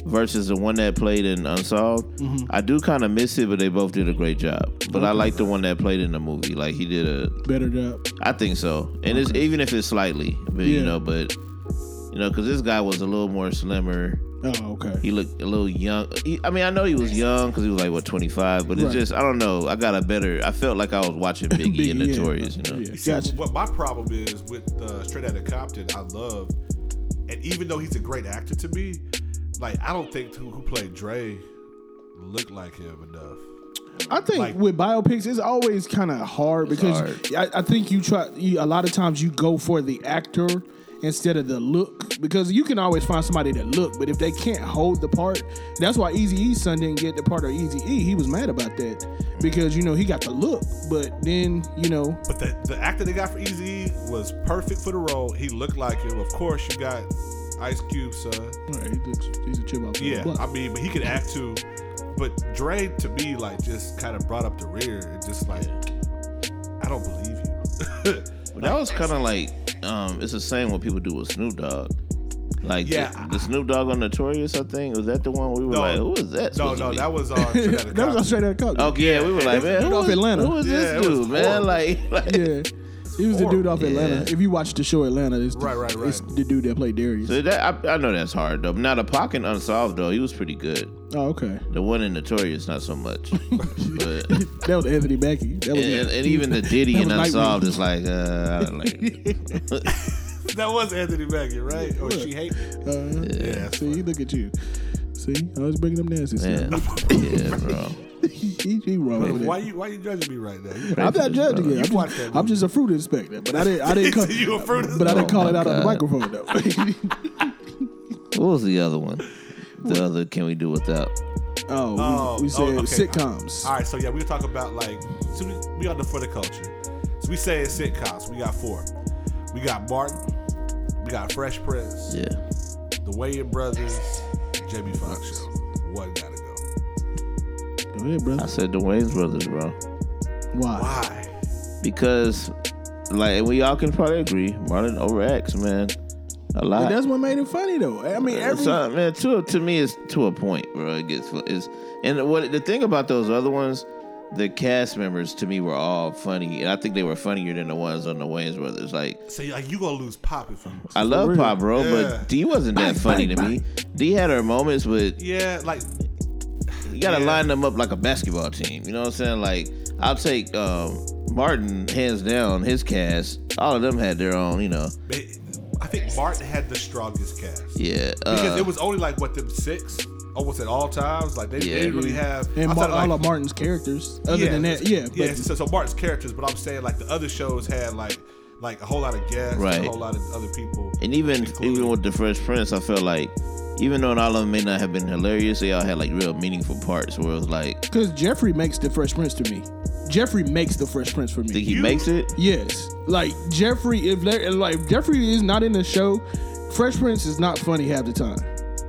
Speaker 8: versus the one that played in Unsolved. I do kind of miss it, but they both did a great job. But I like the one that played in the movie. Like he did a,
Speaker 7: Better job.
Speaker 8: I think so. And it's even if it's slightly, but,
Speaker 7: Yeah.
Speaker 8: you know, but you know, because this guy was a little more slimmer.
Speaker 7: Oh, okay.
Speaker 8: He looked a little young. He, I mean, I know he was young because he was like what 25, but it's
Speaker 7: Right.
Speaker 8: just I don't know. I got a better. I felt like I was watching Biggie, and
Speaker 7: Biggie, yeah.
Speaker 8: Notorious. You know,
Speaker 7: Yeah.
Speaker 5: You see,
Speaker 7: Gotcha.
Speaker 5: what my problem is with uh, Straight Outta Compton, I love, and even though he's a great actor to me, like I don't think who, who played Dre looked like him enough.
Speaker 7: I think
Speaker 5: Like-
Speaker 7: with biopics, it's always kind of hard because
Speaker 8: hard.
Speaker 7: I, I think you try. You, a lot of times you go for the actor instead of the look because you can always find somebody that look, but if they can't hold the part, that's why Easy E's son didn't get the part of Easy E. He was mad about that because you know he got the look, but then you know
Speaker 5: But the, the actor they got for Easy was perfect for the role. He looked like him. Of course, you got Ice Cube, son.
Speaker 7: he's a chip off the
Speaker 5: Yeah,
Speaker 7: block.
Speaker 5: I mean, but he could act too. But Dre, to me, like just kind of brought up the rear and just like, I don't believe you.
Speaker 8: But that was kind of like um, it's the same what people do with Snoop Dogg. Like
Speaker 5: Yeah.
Speaker 8: the, the Snoop Dogg on Notorious, I think was that the one we were
Speaker 5: No.
Speaker 8: like, who is that?
Speaker 5: no,
Speaker 8: supposed to
Speaker 5: no,
Speaker 8: be?
Speaker 5: that was on. Straight Outta
Speaker 7: that was
Speaker 5: Compton.
Speaker 7: all straight out of college.
Speaker 8: Oh yeah, we were like, man,
Speaker 7: dude
Speaker 8: who
Speaker 7: off
Speaker 8: is,
Speaker 7: Atlanta.
Speaker 8: Who is
Speaker 5: Yeah, it
Speaker 8: this dude,
Speaker 5: was
Speaker 8: man?
Speaker 5: horrible.
Speaker 8: Like, like-
Speaker 7: Yeah, he was the dude off Atlanta.
Speaker 8: Yeah.
Speaker 7: If you watch the show Atlanta, it's the,
Speaker 5: Right, right, right.
Speaker 7: It's the dude that played Darius.
Speaker 8: So that I, I know that's hard though. Now the pocket unsolved though, he was pretty good.
Speaker 7: Oh, okay.
Speaker 8: The one in Notorious, not so much. but
Speaker 7: That was Anthony Mackie. That was
Speaker 8: and, and even the Diddy
Speaker 7: That
Speaker 8: and
Speaker 7: was Nightwing.
Speaker 8: Unsolved is like, uh, I don't like.
Speaker 5: That was Anthony Mackie, right? Or she hate me.
Speaker 7: Uh,
Speaker 5: Yeah.
Speaker 7: see, look at you. See, I was bringing up nasty
Speaker 8: Man.
Speaker 7: stuff.
Speaker 8: yeah, bro.
Speaker 7: he, he wrong with
Speaker 5: Why
Speaker 7: that.
Speaker 5: you why you judging me right now? You-
Speaker 7: I'm not judging
Speaker 8: You
Speaker 7: it. I'm
Speaker 5: watched
Speaker 7: just,
Speaker 5: that
Speaker 7: I'm just a fruit inspector, but I didn't. I didn't. Call,
Speaker 5: you a fruit
Speaker 7: but I didn't call it out on the
Speaker 8: God.
Speaker 7: microphone though.
Speaker 8: What was the other one? The other can we do without?
Speaker 7: oh, we-
Speaker 5: Oh,
Speaker 7: we, said
Speaker 5: oh, okay.
Speaker 7: sitcoms.
Speaker 5: All right, so yeah, we talk about like so we, we on the for the culture. So we say it's sitcoms. We got four. We got Martin. We got Fresh Prince.
Speaker 8: Yeah.
Speaker 5: The Wayans Brothers. Jamie Foxx Show. One gotta go.
Speaker 7: Go ahead, brother.
Speaker 8: I said the Wayne's Brothers, bro.
Speaker 7: Why?
Speaker 5: Why?
Speaker 8: Because, like, and we all can probably agree, Martin overacts, man. A lot.
Speaker 7: But that's what made it funny though. I mean, every
Speaker 8: So, uh, man, to to me is to a point, bro. It gets is and what the thing about those other ones, the cast members to me were all funny, and I think they were funnier than the ones on the Wayne's Brothers. Like,
Speaker 5: So like you gonna lose Pop if you.
Speaker 8: I love
Speaker 7: real.
Speaker 8: Pop, bro,
Speaker 5: Yeah.
Speaker 8: but D wasn't that funny to me. D had her moments, but
Speaker 5: Yeah, like
Speaker 8: You gotta
Speaker 5: Yeah.
Speaker 8: line them up like a basketball team. You know what I'm saying? Like I'll take um, Martin hands down his cast. All of them had their own. You know,
Speaker 5: they- I think Martin had the strongest cast.
Speaker 8: yeah.
Speaker 5: Because
Speaker 8: uh,
Speaker 5: it was only like what them six almost at all times. Like they, they
Speaker 8: Yeah.
Speaker 5: didn't really have
Speaker 7: and
Speaker 5: outside
Speaker 7: Mar-
Speaker 5: of, like,
Speaker 7: all of Martin's characters. Other than that, yeah. But
Speaker 5: yeah. So, so Martin's characters, but I'm saying like the other shows had like like a whole lot of guests,
Speaker 8: Right.
Speaker 5: a whole lot of other people,
Speaker 8: and even
Speaker 5: included.
Speaker 8: even with the Fresh Prince, I felt like even though all of them may not have been hilarious, they all had like real meaningful parts where it was like, I
Speaker 7: because Jeffrey makes the Fresh Prince to me. Jeffrey makes the Fresh Prince for me.
Speaker 8: think he
Speaker 5: You-
Speaker 8: makes it.
Speaker 7: Yes, like Jeffrey. If there- like if Jeffrey is not in the show, Fresh Prince is not funny half the time.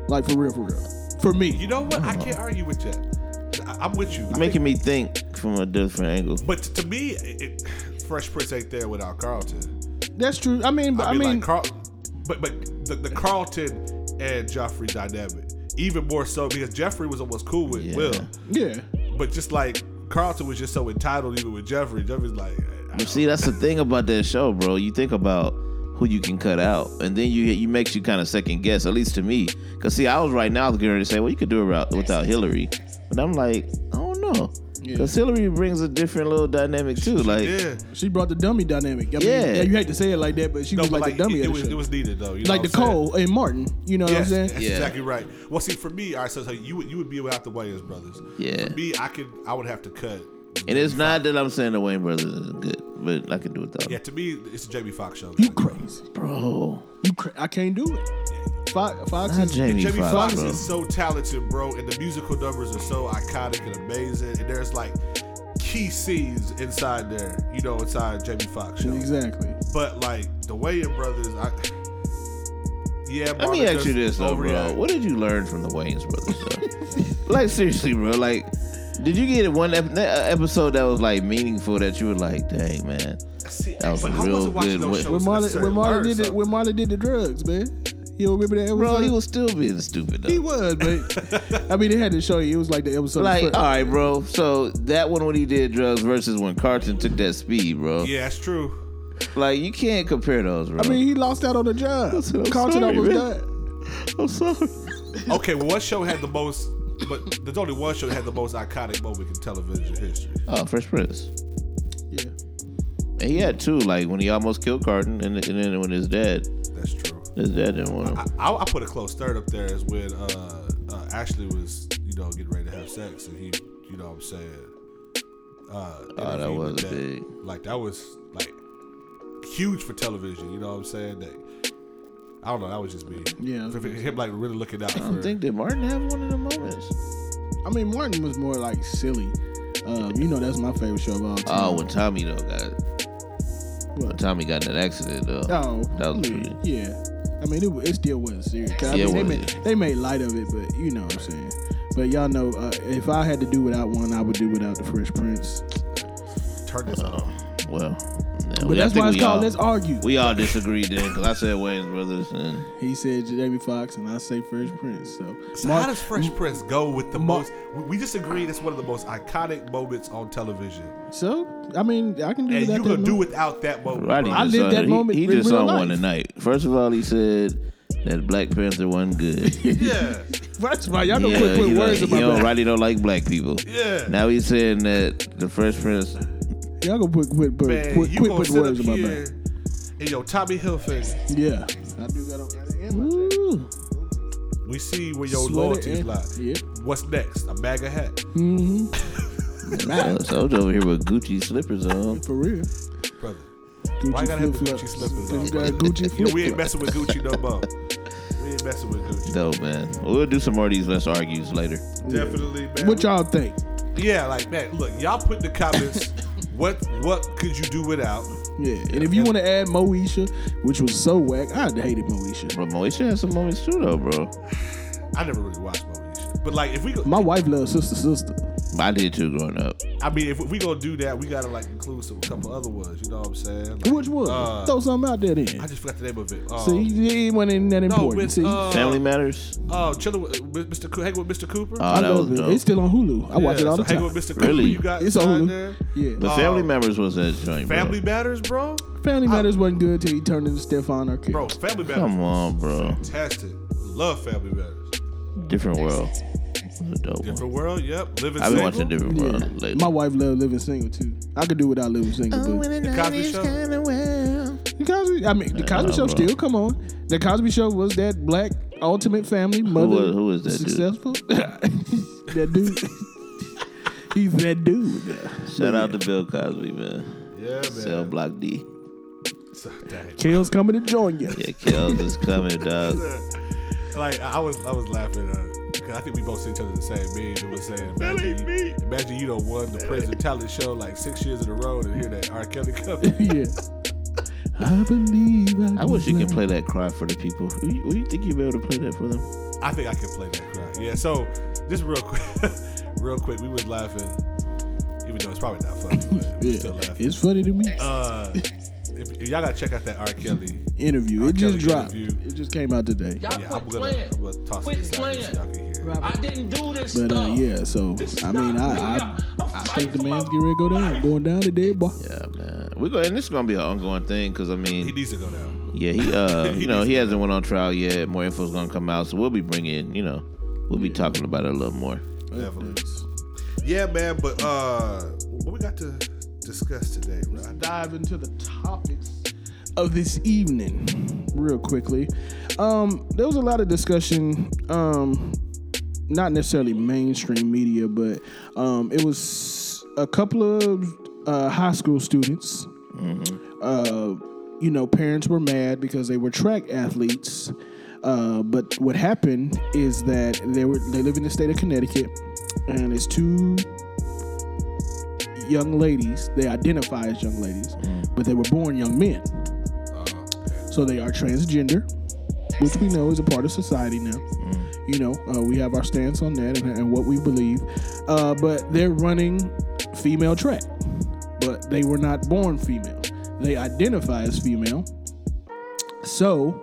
Speaker 7: Like for real, for real. For me,
Speaker 5: you know what? I can't argue with that. I, I'm with you. I think-
Speaker 8: Making me think from a different angle.
Speaker 5: but to me, it, it- Fresh Prince ain't there without Carlton.
Speaker 7: that's true. I mean, but
Speaker 5: I
Speaker 7: I
Speaker 5: mean,
Speaker 7: mean,
Speaker 5: like Carl, but but the, the Carlton and Joffrey dynamic even more so because Jeffrey was almost cool with
Speaker 8: Yeah.
Speaker 5: Will,
Speaker 7: yeah,
Speaker 5: but just like Carlton was just so entitled even with Jeffrey. Jeffrey's like, I
Speaker 8: But see, that's the thing about that show, bro. You think about who you can cut out, and then you you makes you kind of second guess. At least to me, because see, I was right now going to say, well, you could do it without, without Hillary, but I'm like, I don't know, because Hillary brings a different little dynamic too. Like,
Speaker 5: yeah.
Speaker 7: she brought the dummy dynamic. I mean,
Speaker 8: Yeah.
Speaker 7: yeah, you hate to say it like that, but she
Speaker 5: No,
Speaker 7: was
Speaker 5: but
Speaker 7: like,
Speaker 5: like,
Speaker 7: the dummy
Speaker 5: it,
Speaker 7: of
Speaker 5: it
Speaker 7: the
Speaker 5: was
Speaker 7: show.
Speaker 5: it was needed though. You know
Speaker 7: like
Speaker 5: what
Speaker 7: the
Speaker 5: I'm saying?
Speaker 7: Cole and Martin. You know
Speaker 5: Yes,
Speaker 7: what I'm saying?
Speaker 5: that's
Speaker 8: Yeah.
Speaker 5: exactly right. Well, see, for me, all right, so, so you would you would be without the Wayans brothers.
Speaker 8: Yeah.
Speaker 5: For me, I could I would have to cut.
Speaker 8: and it's not that I'm saying the Wayne brothers isn't good, but I can do without.
Speaker 5: Yeah, to me, it's a Jamie Foxx show.
Speaker 7: You crazy?
Speaker 8: bro,
Speaker 7: You cra- I can't do it. Fox, Fox
Speaker 8: not
Speaker 7: is
Speaker 8: Ah, Jamie,
Speaker 5: Jamie
Speaker 8: Foxx,
Speaker 5: Foxx
Speaker 8: bro.
Speaker 5: is so talented, bro, and the musical numbers are so iconic and amazing. And there's like key scenes inside there, you know, inside Jamie Foxx show.
Speaker 7: exactly.
Speaker 5: But like the Wayans brothers, I yeah.
Speaker 8: Let me
Speaker 5: Marvin
Speaker 8: ask you
Speaker 5: does
Speaker 8: this though, bro.
Speaker 5: overreact.
Speaker 8: What did you learn from the Wayne's brothers? Though? like seriously, bro. uh, Like, did you get one ep- that episode that was like meaningful that you were like, dang man,
Speaker 5: see,
Speaker 8: That was
Speaker 5: but
Speaker 8: a
Speaker 5: I
Speaker 8: real
Speaker 5: wasn't watching
Speaker 8: good
Speaker 5: those
Speaker 8: win.
Speaker 5: shows
Speaker 7: When
Speaker 5: to
Speaker 7: Marlon,
Speaker 5: necessarily
Speaker 7: when Marlon
Speaker 5: learn
Speaker 7: did it,
Speaker 5: something.
Speaker 7: when Marlon did the drugs, man. You don't remember that episode?
Speaker 8: Bro, he was still being stupid though.
Speaker 7: He was, but I mean, they had to show you. It was like the episode.
Speaker 8: Like, uh, all
Speaker 7: before.
Speaker 8: right, bro. So that one when he did drugs versus when Carson took that speed, bro.
Speaker 5: Yeah, that's true.
Speaker 8: Like you can't compare those, bro.
Speaker 7: I mean, he lost out on the job.
Speaker 8: That's what I'm
Speaker 7: Carlton
Speaker 8: sorry,
Speaker 7: almost
Speaker 8: man.
Speaker 7: died.
Speaker 8: I'm Oh, sorry.
Speaker 5: Okay, well, what show had the most? But there's only one show that had the most iconic moment in television history.
Speaker 8: Oh, Fresh Prince.
Speaker 7: Yeah.
Speaker 8: And he had two, like when he almost killed Carton, and, and then when his dad,
Speaker 5: That's true.
Speaker 8: his dad didn't want him.
Speaker 5: I, I, I put a close third up there is when uh, uh, Ashley was, you know, getting ready to have sex, and he, you know, what I'm saying, uh,
Speaker 8: Oh, that
Speaker 5: intervened
Speaker 8: was
Speaker 5: with
Speaker 8: big.
Speaker 5: Like that was like huge for television. You know what I'm saying? That I don't know. That was just me.
Speaker 7: Yeah.
Speaker 5: For- for him like really looking out.
Speaker 8: I don't think did Martin have one of the moments.
Speaker 7: I mean, Martin was more like silly. Um, you know, that's my favorite show of all time.
Speaker 8: Oh, when Tommy though got, when
Speaker 7: What?
Speaker 8: Tommy got in an accident though.
Speaker 7: Oh,
Speaker 8: that was
Speaker 7: I mean,
Speaker 8: pretty.
Speaker 7: yeah. I mean, it, wa- it still wasn't serious. 'Cause I
Speaker 8: Yeah, it
Speaker 7: mean, they, made,
Speaker 8: wasn't.
Speaker 7: they made light of it, but you know what I'm saying. But y'all know, uh, if I had to do without one, I would do without the Fresh Prince.
Speaker 5: Turn this off.
Speaker 8: Well, no,
Speaker 7: But that's
Speaker 8: I think
Speaker 7: why it's
Speaker 8: we
Speaker 7: called
Speaker 8: all-
Speaker 7: Let's Argue.
Speaker 8: We all disagreed then because I said Wayne's brothers and
Speaker 7: He said Jamie Foxx, and I say Fresh Prince. So,
Speaker 5: So
Speaker 7: Mar-
Speaker 5: how does Fresh Prince go with the
Speaker 7: Mar-
Speaker 5: most? we- We just agreed that's one of the most iconic moments on television,
Speaker 7: so, I mean, I can do
Speaker 5: and
Speaker 7: without
Speaker 5: you
Speaker 7: that
Speaker 5: could do
Speaker 7: moment.
Speaker 5: without that moment.
Speaker 8: Roddy
Speaker 5: bro.
Speaker 7: I
Speaker 8: just
Speaker 7: lived
Speaker 8: saw
Speaker 7: that
Speaker 8: He-
Speaker 7: moment
Speaker 8: He,
Speaker 7: in
Speaker 8: just
Speaker 7: real
Speaker 8: saw one
Speaker 7: life.
Speaker 8: tonight. First of all, he said that Black Panther wasn't good.
Speaker 5: Yeah,
Speaker 7: First of all, y'all don't
Speaker 8: Yeah,
Speaker 7: put,
Speaker 8: he
Speaker 7: put words
Speaker 8: like,
Speaker 7: in my
Speaker 8: yo,
Speaker 7: mouth.
Speaker 8: Roddy don't like black people.
Speaker 5: Yeah.
Speaker 8: Now he's saying that the Fresh Prince.
Speaker 7: Y'all gonna put put put
Speaker 5: man,
Speaker 7: put,
Speaker 5: you
Speaker 7: put,
Speaker 5: gonna
Speaker 7: put
Speaker 5: sit
Speaker 7: words in
Speaker 5: up
Speaker 7: my
Speaker 5: here
Speaker 7: mouth.
Speaker 5: and yo Tommy Hilfiger.
Speaker 7: Yeah, I do got on.
Speaker 5: We see where your
Speaker 7: Sweater
Speaker 5: loyalties
Speaker 7: and-
Speaker 5: lie.
Speaker 7: yeah.
Speaker 5: What's next? A MAGA hat.
Speaker 8: So, so uh, over here with Gucci slippers on.
Speaker 7: For real.
Speaker 5: Brother.
Speaker 7: Gucci
Speaker 5: Why you gotta have the
Speaker 7: flip-flops.
Speaker 5: Gucci slippers
Speaker 7: You
Speaker 5: on,
Speaker 7: got
Speaker 5: bro?
Speaker 7: Gucci
Speaker 5: You know, we ain't messing
Speaker 7: flip-flops.
Speaker 5: with Gucci no more. We ain't messing with Gucci.
Speaker 8: Dope, man. We'll do some more of these Let's Argues later.
Speaker 5: Definitely, man.
Speaker 7: What y'all think?
Speaker 5: Yeah, like man, look, y'all put in the comments what what could you do without?
Speaker 7: Yeah, and if you want to add Moesha, which was so whack, I hated Moesha.
Speaker 8: But Moesha has some moments too, though, bro.
Speaker 5: I never really watched movies. But like if we go
Speaker 7: My wife loves Sister Sister.
Speaker 8: I did too growing up.
Speaker 5: I mean if we gonna do that, we gotta like include some a couple other ones, you know what I'm saying? Like,
Speaker 7: Which one?
Speaker 5: Uh,
Speaker 7: Throw something out there then.
Speaker 5: I just forgot the name of it. Uh,
Speaker 7: See, he wasn't even that
Speaker 5: no,
Speaker 7: important.
Speaker 5: with
Speaker 7: See,
Speaker 5: uh,
Speaker 8: Family Matters.
Speaker 5: Oh, chilling with uh, with Mr. Co- hanging with Mr. Cooper.
Speaker 8: Uh,
Speaker 7: I
Speaker 8: Oh, that
Speaker 7: love
Speaker 8: was
Speaker 7: it.
Speaker 8: dope.
Speaker 7: It's still on Hulu. I watch
Speaker 5: Yeah,
Speaker 7: it all the
Speaker 5: so
Speaker 7: time.
Speaker 5: Hanging with Mulu,
Speaker 8: Really?
Speaker 5: You got
Speaker 7: It's on
Speaker 5: signed
Speaker 7: Hulu.
Speaker 5: there.
Speaker 7: Yeah,
Speaker 8: But Family Matters was that joint, bro.
Speaker 5: Family matters, bro.
Speaker 7: Family Matters wasn't good till he turned into Stefan or
Speaker 5: Bro, family matters.
Speaker 8: Come on, bro.
Speaker 5: Fantastic. Love family matters.
Speaker 8: Different world. It was a dope one.
Speaker 5: Different world. Yep. Living
Speaker 8: I've
Speaker 5: single.
Speaker 8: been watching Different
Speaker 7: Yeah.
Speaker 8: World lately.
Speaker 7: My wife loved living single too. I could do without living single.
Speaker 8: Oh,
Speaker 7: but
Speaker 5: The Cosby Show.
Speaker 7: the Cosby, I mean, the Cosby
Speaker 8: Nah,
Speaker 7: Show
Speaker 8: bro.
Speaker 7: still come on. The Cosby Show was that black ultimate family mother.
Speaker 8: was- who was that dude?
Speaker 7: Successful. that dude. He's that dude.
Speaker 8: Shout out to Bill Cosby, man.
Speaker 5: Yeah, man.
Speaker 8: Cell Block D.
Speaker 5: So, dang.
Speaker 7: Kale's coming to join you.
Speaker 8: Yeah, Kells is coming, dog.
Speaker 5: Like I I was, I was laughing at her because I think we both seen each other the same meme. It was saying, imagine, you, imagine you don't won the prison talent show like six years in a row and hear that R. Kelly coming.
Speaker 7: Yeah. I believe. I,
Speaker 8: I wish you could play that cry for the people. Who you, who you think you'd be able to play that for them?
Speaker 5: I think I can play that crowd. Yeah. So just real quick, real quick, we was laughing, even though it's probably not funny, but we
Speaker 7: Yeah.
Speaker 5: still laughing.
Speaker 7: It's funny to me.
Speaker 5: Uh, if, if y'all gotta check out that R. Kelly
Speaker 7: interview.
Speaker 5: R.
Speaker 7: It just
Speaker 5: Kelly
Speaker 7: dropped.
Speaker 5: interview.
Speaker 7: It just came out today.
Speaker 5: Yeah, I'm gonna, I'm gonna toss
Speaker 9: Quit
Speaker 5: this out here so y'all can hear. it.
Speaker 9: I didn't do this
Speaker 7: But uh,
Speaker 9: stuff.
Speaker 7: yeah, so I mean, I I, I think the man's getting ready to go down, going down today, boy.
Speaker 8: Yeah, man. We go, and this is gonna be an ongoing thing because I
Speaker 5: He
Speaker 8: mean,
Speaker 5: needs to go down.
Speaker 8: yeah, he, uh, you know, he hasn't went on trial yet. More info's gonna come out, so we'll be bringing, you know, we'll be talking about it a little more.
Speaker 5: Definitely. Yeah, man. But uh, what we got to discuss today, Rod?
Speaker 7: dive into the topics of this evening real quickly. Um, there was a lot of discussion, um, not necessarily mainstream media, but um, it was a couple of uh, high school students. Uh, you know, parents were mad because they were track athletes. Uh, but what happened is that they were they live in the state of Connecticut, and it's two young ladies. They identify as young ladies, but they were born young men. So they are transgender, which we know is a part of society now. You know, uh, we have our stance on that and, and what we believe. Uh, but they're running female track, but they were not born female. They identify as female. So,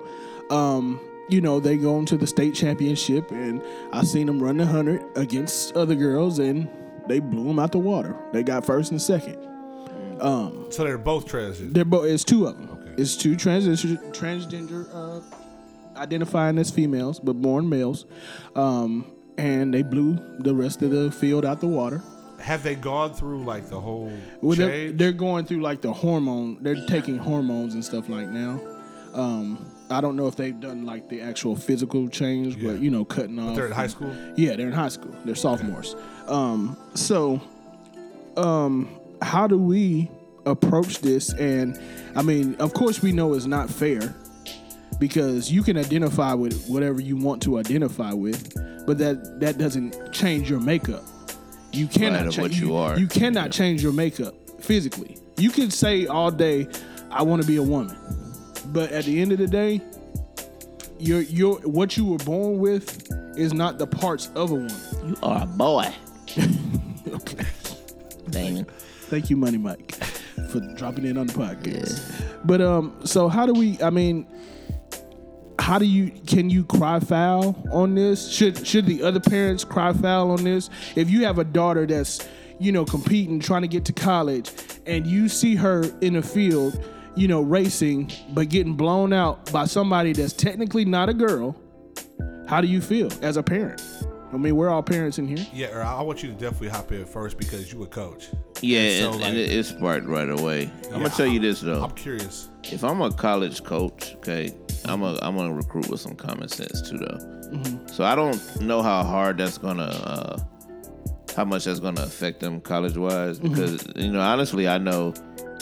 Speaker 7: um, you know, they go into the state championship, and I seen them run the hundred against other girls, and they blew them out the water. They got first and second.
Speaker 5: So they're both transgender.
Speaker 7: They're both. It's two of them. It's two transgender transgender uh, identifying as females, but born males, um, and they blew the rest of the field out the water.
Speaker 5: Have they gone through like the whole
Speaker 7: Well, they're,
Speaker 5: change?
Speaker 7: they're going through like the hormone. They're taking hormones and stuff like now. Um, I don't know if they've done like the actual physical change,
Speaker 5: Yeah.
Speaker 7: but you know, cutting off.
Speaker 5: They're in high school.
Speaker 7: Yeah, they're in high school. They're sophomores. Um, so, um, how do we approach this? And I mean, of course, we know it's not fair because you can identify with whatever you want to identify with, but that that doesn't change your makeup. You cannot
Speaker 8: Right, of
Speaker 7: cha-
Speaker 8: what you are.
Speaker 7: You cannot change your makeup physically. You can say all day, "I want to be a woman," but at the end of the day, your your what you were born with is not the parts of a woman.
Speaker 8: You are a boy. Damon.
Speaker 7: Thank you, Money Mike, for dropping in on the podcast. But um, so how do we? I mean, how do you? Can you cry foul on this? Should should the other parents cry foul on this? If you have a daughter that's you know competing, trying to get to college, and you see her in the field, you know racing, but getting blown out by somebody that's technically not a girl, how do you feel as a parent? I mean, we're all parents in here.
Speaker 5: Yeah, or I I want you to definitely hop in first because you a coach.
Speaker 8: Yeah,
Speaker 5: And so,
Speaker 8: and,
Speaker 5: like-
Speaker 8: and it, it sparked right away. I'm
Speaker 5: Yeah,
Speaker 8: gonna tell you this though.
Speaker 5: I'm curious.
Speaker 8: if I'm a college coach, okay, I'm a I'm gonna recruit with some common sense too, though.
Speaker 7: Mm-hmm.
Speaker 8: So I don't know how hard that's gonna, uh, how much that's gonna affect them college wise,
Speaker 7: Mm-hmm.
Speaker 8: because you know, honestly, I know,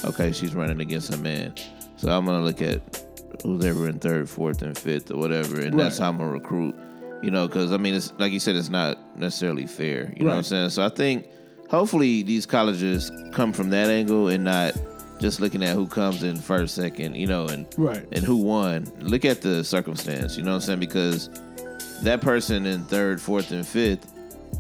Speaker 8: okay, she's running against a man, so I'm gonna look at who's ever in third, fourth, and fifth or whatever, and that's
Speaker 7: Right.
Speaker 8: how I'm gonna recruit. You know, because I mean, it's like you said, it's not necessarily fair. You know what I'm
Speaker 7: Right.
Speaker 8: saying? So I think hopefully these colleges come from that angle and not just looking at who comes in first, second, you know, and
Speaker 7: Right.
Speaker 8: and who won. Look at the circumstance, you know what I'm saying? Because that person in third, fourth, and fifth,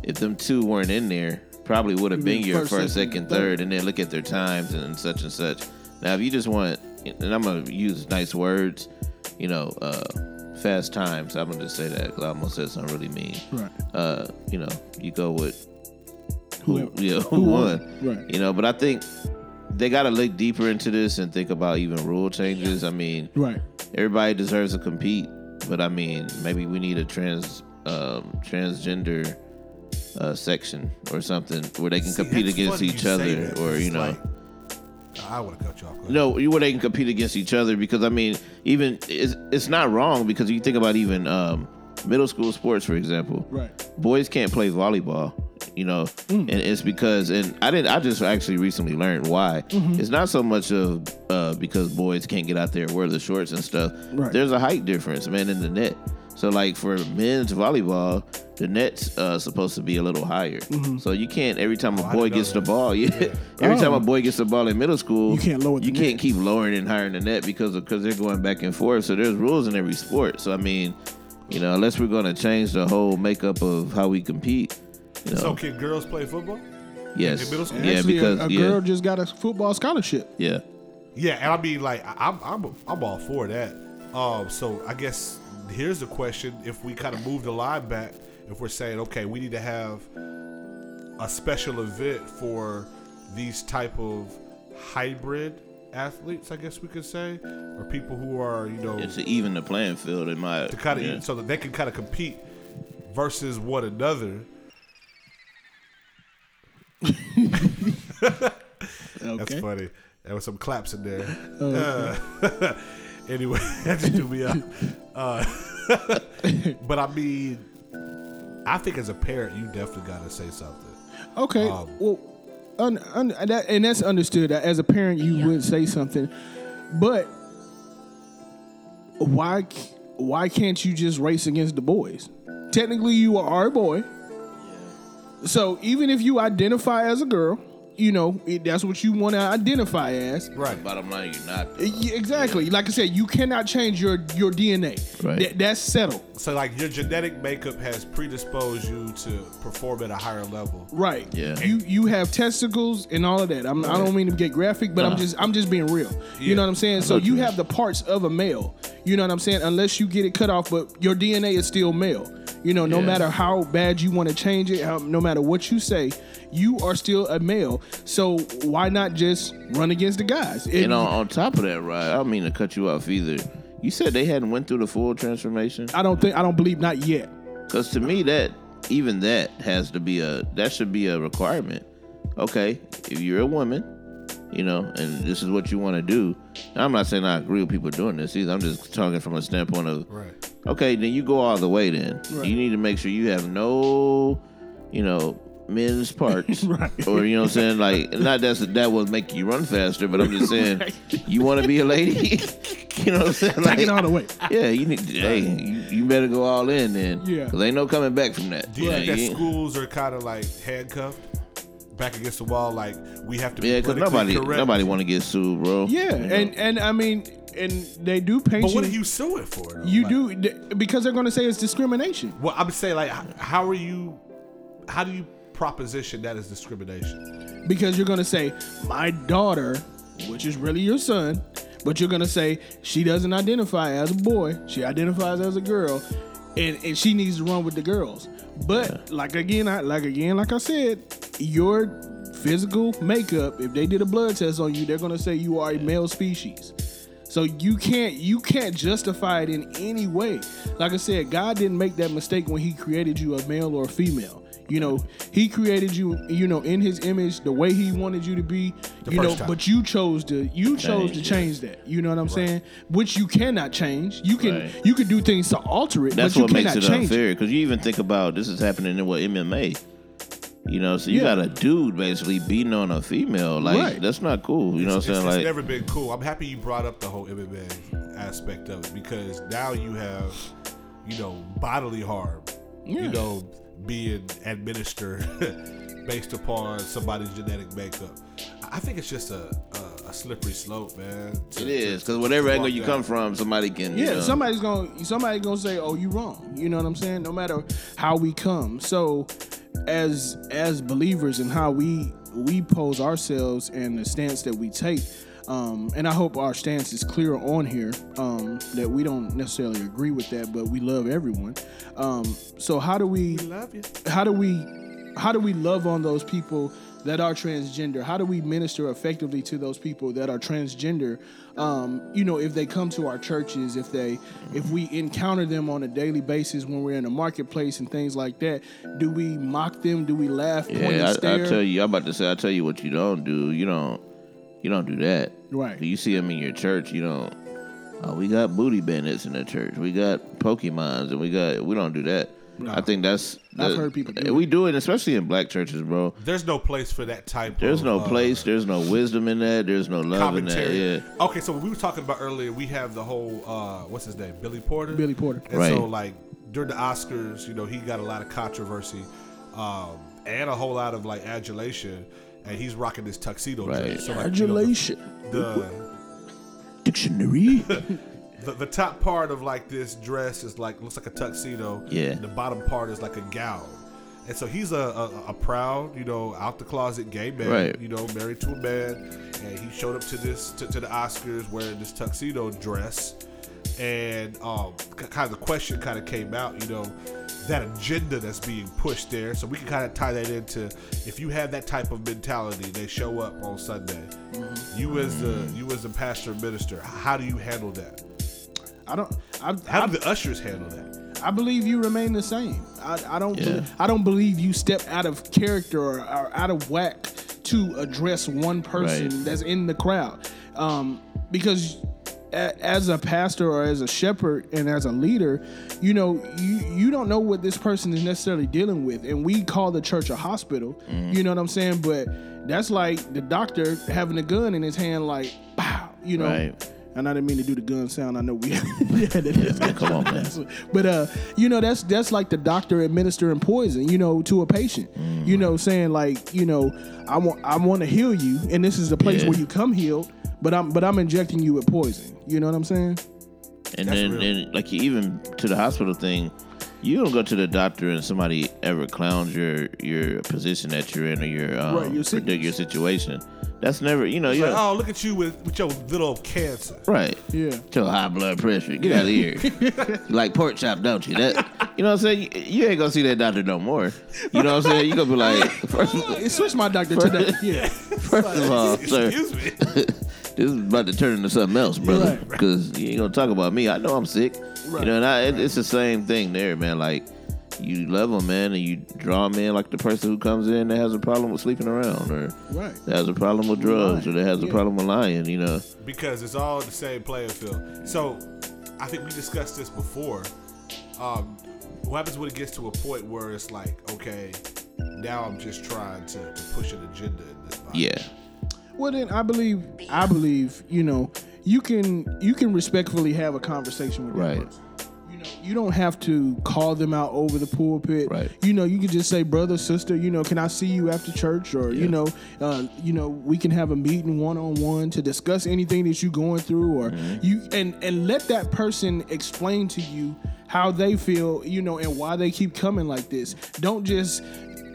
Speaker 8: if them two weren't in there, probably would have been
Speaker 7: mean
Speaker 8: your
Speaker 7: first,
Speaker 8: first,
Speaker 7: second,
Speaker 8: second, third, and then look at their times and such and such. Now, if you just want, and I'm gonna use nice words, you know, uh, fast times. I'm gonna just say that 'cause I almost said something really mean.
Speaker 7: Right.
Speaker 8: Uh, you know, you go with who,
Speaker 7: Whoever.
Speaker 8: yeah, who,
Speaker 7: Who
Speaker 8: won.
Speaker 7: won, right.
Speaker 8: You know, but I think they got to look deeper into this and think about even rule changes. I mean,
Speaker 7: Right.
Speaker 8: everybody deserves to compete, but I mean, maybe we need a trans um, transgender uh, section or something where they can
Speaker 5: See,
Speaker 8: compete
Speaker 5: that's
Speaker 8: against
Speaker 5: funny you
Speaker 8: each
Speaker 5: say
Speaker 8: other,
Speaker 5: that, 'cause
Speaker 8: or you
Speaker 5: it's
Speaker 8: know,
Speaker 5: like- I want to cut you off. Go ahead.
Speaker 8: no, you where they can compete against each other because I mean, even it's, it's not wrong because you think about even um, middle school sports, for example,
Speaker 7: Right.
Speaker 8: boys can't play volleyball you know
Speaker 7: Hmm.
Speaker 8: and it's because and i didn't i just actually recently learned why
Speaker 7: Mm-hmm.
Speaker 8: it's not so much of uh, because boys can't get out there and wear the shorts and stuff
Speaker 7: Right.
Speaker 8: there's a height difference man in the net so like for men's volleyball the net's uh, supposed to be a little higher
Speaker 7: Mm-hmm.
Speaker 8: so you can't every time a
Speaker 5: didn't
Speaker 8: boy
Speaker 5: know
Speaker 8: gets the
Speaker 5: that.
Speaker 8: ball yeah, every time
Speaker 7: Oh.
Speaker 8: a boy gets the ball in middle school
Speaker 7: You can't lower the
Speaker 8: you
Speaker 7: net.
Speaker 8: can't keep lowering and higher in the net because because they're going back and forth. So there's rules in every sport. So I mean, you know, unless we're going to change the whole makeup of how we compete, you know,
Speaker 5: So can girls play football?
Speaker 8: yes,
Speaker 5: in middle school?
Speaker 8: yeah,
Speaker 7: Actually, a-
Speaker 8: because
Speaker 7: a,
Speaker 8: yeah,
Speaker 7: girl just got a football scholarship.
Speaker 8: yeah,
Speaker 5: Yeah, and I mean, like, I- I'm I'm I'm all for that. Um, so I guess here's the question: If we kind of move the line back, if we're saying, okay, we need to have a special event for these type of hybrid athletes, I guess we could say, or people who are, you know,
Speaker 8: it's even the playing field in my
Speaker 5: to kind of
Speaker 8: yeah.
Speaker 5: so that they can kind of compete versus one another. That's
Speaker 7: Okay.
Speaker 5: funny. There was some claps in there. Uh, anyway, that just threw me up. Uh, but I mean, I think as a parent, you definitely got to say something.
Speaker 7: Okay.
Speaker 5: Um,
Speaker 7: well, un, un, that, and that's understood. As a parent, you would say something, but why c- why can't you just race against the boys? Technically, you are a boy. So even if you identify as a girl, you know, it, that's what you want to identify as.
Speaker 5: Right.
Speaker 8: Bottom line, you're not.
Speaker 7: Uh, yeah, Exactly. Like I said, you cannot change your your DNA.
Speaker 8: Right.
Speaker 7: That- that's settled.
Speaker 5: So like your genetic makeup has predisposed you to perform at a higher level.
Speaker 7: Right.
Speaker 8: Yeah.
Speaker 7: You you have testicles and all of that. I'm, I don't mean to get graphic, but I'm just I'm just being real. You know what I'm saying? So you have the parts of a male. You know what I'm saying? Unless you get it cut off, but your DNA is still male. You know, no
Speaker 8: Yeah.
Speaker 7: matter how bad you want to change it, how, no matter what you say, you are still a male. So why not just run against the guys? It-
Speaker 8: And on, on top of that, right? I don't mean to cut you off either. You said they hadn't went through the full transformation.
Speaker 7: I don't think I don't believe not yet.
Speaker 8: Because to me, that even that has to be a that should be a requirement. Okay, if you're a woman, you know, and this is what you want to do. and I'm not saying I agree with people doing this either. I'm just talking from a standpoint of
Speaker 5: Right.
Speaker 8: okay, then you go all the way. Then you need to make sure you have no, you know, men's parts, or you know what I'm saying. Like, not that's that will make you run faster, but I'm just saying you want to be a lady. you know what I'm saying?
Speaker 7: Take it all the way.
Speaker 8: Yeah, you need. Hey, you, you better go all in then.
Speaker 7: Yeah.
Speaker 8: because ain't no coming back from that.
Speaker 5: Do you
Speaker 8: yeah,
Speaker 5: think that
Speaker 8: you-
Speaker 5: schools are kind of like handcuffed back against the wall? Like we have to be
Speaker 8: yeah, because
Speaker 5: politically
Speaker 8: nobody
Speaker 5: correct?
Speaker 8: nobody want to get sued, bro.
Speaker 7: Yeah,
Speaker 8: You know?
Speaker 7: and and I mean, and they do paint.
Speaker 5: But what are
Speaker 7: you?
Speaker 5: you suing for? Though?
Speaker 7: You
Speaker 5: Like-
Speaker 7: do d- because they're going to say it's discrimination.
Speaker 5: Well, I'm saying like, h- how are you? How do you proposition that as discrimination?
Speaker 7: because you're gonna say my daughter, which is really your son, but you're gonna say she doesn't identify as a boy, she identifies as a girl, and, and she needs to run with the girls. But like again, I, like again, like I said, your physical makeup, if they did a blood test on you, they're gonna say you are a male species. So you can't you can't justify it in any way. Like I said, God didn't make that mistake when He created you a male or a female. You know, He created you, you know, in His image, the way He wanted you to be.
Speaker 5: first
Speaker 7: you know,
Speaker 5: time.
Speaker 7: but you chose to you chose
Speaker 8: Change,
Speaker 7: to
Speaker 8: yeah.
Speaker 7: change that. You know what I'm saying? Which you cannot change. You can
Speaker 8: Right.
Speaker 7: you can do things to alter it,
Speaker 8: That's
Speaker 7: but you
Speaker 8: what makes
Speaker 7: cannot
Speaker 8: it
Speaker 7: change it.
Speaker 8: unfair. Because you even think about this is happening in what MMA. You know, so you
Speaker 7: Yeah.
Speaker 8: got a dude basically beating on a female. Like
Speaker 7: Right.
Speaker 8: that's not cool. You know
Speaker 5: it's,
Speaker 8: what I'm
Speaker 5: it's
Speaker 8: saying? Like
Speaker 5: never been cool. I'm happy you brought up the whole MMA aspect of it because now you have, you know, bodily harm.
Speaker 7: Yeah.
Speaker 5: You know, being administered based upon somebody's genetic makeup. I I think it's just a a, a slippery slope, man. to-
Speaker 8: it
Speaker 5: to-
Speaker 8: is because
Speaker 5: to
Speaker 8: whatever
Speaker 5: walk
Speaker 8: angle you
Speaker 5: down.
Speaker 8: come from, somebody can. you
Speaker 7: Yeah,
Speaker 8: know,
Speaker 7: somebody's gonna somebody's gonna say, "Oh, you wrong." You know what I'm saying? No matter how we come, so as as believers and how we we pose ourselves and the stance that we take, um, and I hope our stance is clear on here um, that we don't necessarily agree with that, but we love everyone. Um, so how do we?
Speaker 5: Love you.
Speaker 7: how do we how do we love on those people that are transgender how do we minister effectively to those people that are transgender um, you know if they come to our churches if they if we encounter them on a daily basis when we're in the marketplace and things like that do we mock them do we laugh point and
Speaker 8: Yeah, I, I
Speaker 7: stare?
Speaker 8: tell you, I'm about to say, I tell you what you don't do. You don't, you don't do that.
Speaker 7: Right.
Speaker 8: You see them in your church. You don't. Oh, we got booty bandits in the church. We got Pokemons, and we got. We don't do that. I think that's.
Speaker 7: I've
Speaker 8: that-
Speaker 7: heard people do
Speaker 8: we do it, especially in black churches, bro.
Speaker 5: There's no place for that type.
Speaker 8: There's
Speaker 5: of,
Speaker 8: no
Speaker 5: uh,
Speaker 8: place. There's no wisdom in that. There's no love in that.
Speaker 5: commentary.
Speaker 8: Yeah.
Speaker 5: Okay, so we were talking about earlier. We have the whole uh, what's his name, Billy Porter.
Speaker 7: Billy Porter.
Speaker 5: And
Speaker 8: Right.
Speaker 5: so like during the Oscars, you know, he got a lot of controversy um, and a whole lot of like adulation. And he's rocking this tuxedo
Speaker 8: Right.
Speaker 5: dress. So, like, you know,
Speaker 7: adulation
Speaker 5: the,
Speaker 8: Dictionary.
Speaker 5: the, the the top part of like this dress is like looks like a tuxedo.
Speaker 8: Yeah.
Speaker 5: And the bottom part is like a gown. And so he's a, a, a proud, you know, out the closet gay man,
Speaker 8: Right.
Speaker 5: you know, married to a man, and he showed up to this to, to the Oscars wearing this tuxedo dress, and um, k- kind of the question kind of came out, you know, that agenda that's being pushed there. So we can kind of tie that into if you have that type of mentality, they show up on Sunday.
Speaker 8: Mm-hmm.
Speaker 5: You as the you as the pastor and minister, how do you handle that?
Speaker 7: i don't I,
Speaker 5: How do the ushers handle that?
Speaker 7: I believe you remain the same. I, I don't.
Speaker 8: Yeah.
Speaker 7: believe- I don't believe you step out of character or, or out of whack to address one person
Speaker 8: Right.
Speaker 7: that's in the crowd, um, because a, as a pastor or as a shepherd and as a leader, you know you you don't know what this person is necessarily dealing with, and we call the church a hospital.
Speaker 8: Mm-hmm.
Speaker 7: You know what I'm saying? But that's like the doctor having a gun in his hand, like, pow. You know.
Speaker 8: Right.
Speaker 7: And I didn't mean to do the gun sound. I know we had that discussion
Speaker 8: Come on, man.
Speaker 7: last week. But uh, you know, that's that's like the doctor administering poison, you know, to a patient. You know, saying like, you know, I want I want to heal you, and this is the place
Speaker 8: Yeah.
Speaker 7: where you come healed. But I'm but I'm injecting you with poison. You know what I'm saying?
Speaker 8: And
Speaker 5: That's
Speaker 8: then,
Speaker 5: real.
Speaker 8: and like you even to the hospital thing, you don't go to the doctor and somebody ever clowns your your position that you're in or your um,
Speaker 7: Right, your
Speaker 8: predict your situation. That's never, you know, you're
Speaker 5: Like, oh, look at you with, with your little cancer.
Speaker 8: right.
Speaker 7: Yeah.
Speaker 8: To high blood pressure, get out of here. you like pork chop, don't you? That you know what I'm saying. You, you ain't gonna see that doctor no more. You know what I'm saying. You gonna be like, first,
Speaker 7: It switched my doctor to that. Yeah.
Speaker 8: first of all, sir,
Speaker 5: Excuse me.
Speaker 8: this is about to turn into something else, brother.
Speaker 7: Right.
Speaker 8: Because you ain't gonna talk about me. I know I'm sick.
Speaker 7: Right.
Speaker 8: You know, and I, it, it's the same thing there, man. Like you love them, man, and you draw them in like the person who comes in that has a problem with sleeping around, or
Speaker 7: Right.
Speaker 8: that has a problem with drugs, or that has a
Speaker 7: Yeah.
Speaker 8: problem with lying. You know,
Speaker 5: because it's all the same playing field. So I think we discussed this before. Um, what happens when it gets to a point where it's like, okay, now I'm just trying to, to push an agenda in this body.
Speaker 8: yeah,
Speaker 7: Well, then I believe I believe you know you can you can respectfully have a conversation with that
Speaker 8: Right.
Speaker 7: person. You know, you don't have to call them out over the pulpit.
Speaker 8: Right.
Speaker 7: You know, you can just say, brother, sister. You know, can I see you after church? Or you know, uh, you know, we can have a meeting one on one to discuss anything that you're going through, or you and and let that person explain to you how they feel, you know, and why they keep coming like this. Don't just.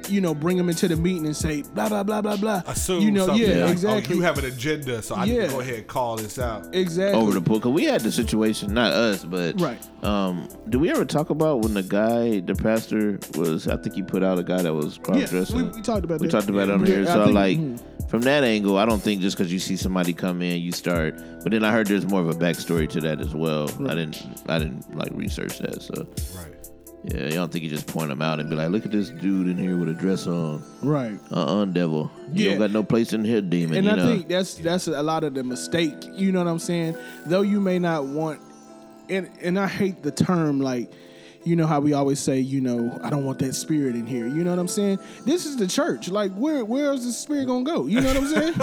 Speaker 7: You know, bring them into the meeting and say blah blah blah blah blah.
Speaker 5: Assume
Speaker 7: you know,
Speaker 5: something
Speaker 7: yeah,
Speaker 5: like,
Speaker 7: exactly.
Speaker 5: oh, you have an agenda, so I need
Speaker 7: Yeah.
Speaker 5: to go ahead and call this out.
Speaker 7: Exactly.
Speaker 8: over the pool. Cause we had the situation, not us, but
Speaker 7: Right.
Speaker 8: Um, do we ever talk about when the guy, the pastor, was? I think he put out a guy that was cross dressing.
Speaker 7: we- we talked about
Speaker 8: We
Speaker 7: that.
Speaker 8: talked about it on
Speaker 7: Yeah,
Speaker 8: here.
Speaker 7: I
Speaker 8: So
Speaker 7: think-
Speaker 8: like.
Speaker 7: mhm.
Speaker 8: From that angle, I don't think just because you see somebody come in, you start. But then I heard there's more of a backstory to that as well. I didn't, I didn't like research that. So
Speaker 5: Right.
Speaker 8: yeah, I don't think you just point them out and be like, "Look at this dude in here with a dress on."
Speaker 7: right.
Speaker 8: Uh-uh, devil. You
Speaker 7: Yeah.
Speaker 8: don't got no place in here, demon.
Speaker 7: And
Speaker 8: you
Speaker 7: I
Speaker 8: know.
Speaker 7: think that's that's a lot of the mistake. You know what I'm saying? Though you may not want, and and I hate the term like, you know how we always say, you know, I don't want that spirit in here. You know what I'm saying? This is the church. Like, where where is the spirit gonna go? You know what I'm saying?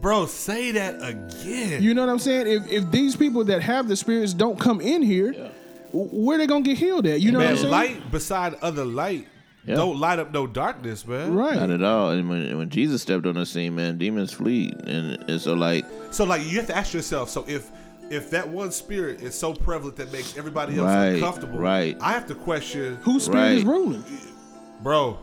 Speaker 5: Bro, say that again.
Speaker 7: you know what I'm saying? If if these people that have the spirits don't come in here, w- where they gonna get healed at? You know
Speaker 5: man,
Speaker 7: what I'm saying?
Speaker 5: light beside other light
Speaker 8: Yeah.
Speaker 5: don't light up no darkness, man.
Speaker 7: right.
Speaker 8: Not at all. And when, when Jesus stepped on the scene, man, demons flee. And, and so, like,
Speaker 5: So like you have to ask yourself, so if if that one spirit is so prevalent that makes everybody else
Speaker 8: Right,
Speaker 5: uncomfortable,
Speaker 8: right.
Speaker 5: I have to question
Speaker 7: Whose spirit is
Speaker 8: Right.
Speaker 7: ruling?
Speaker 5: bro,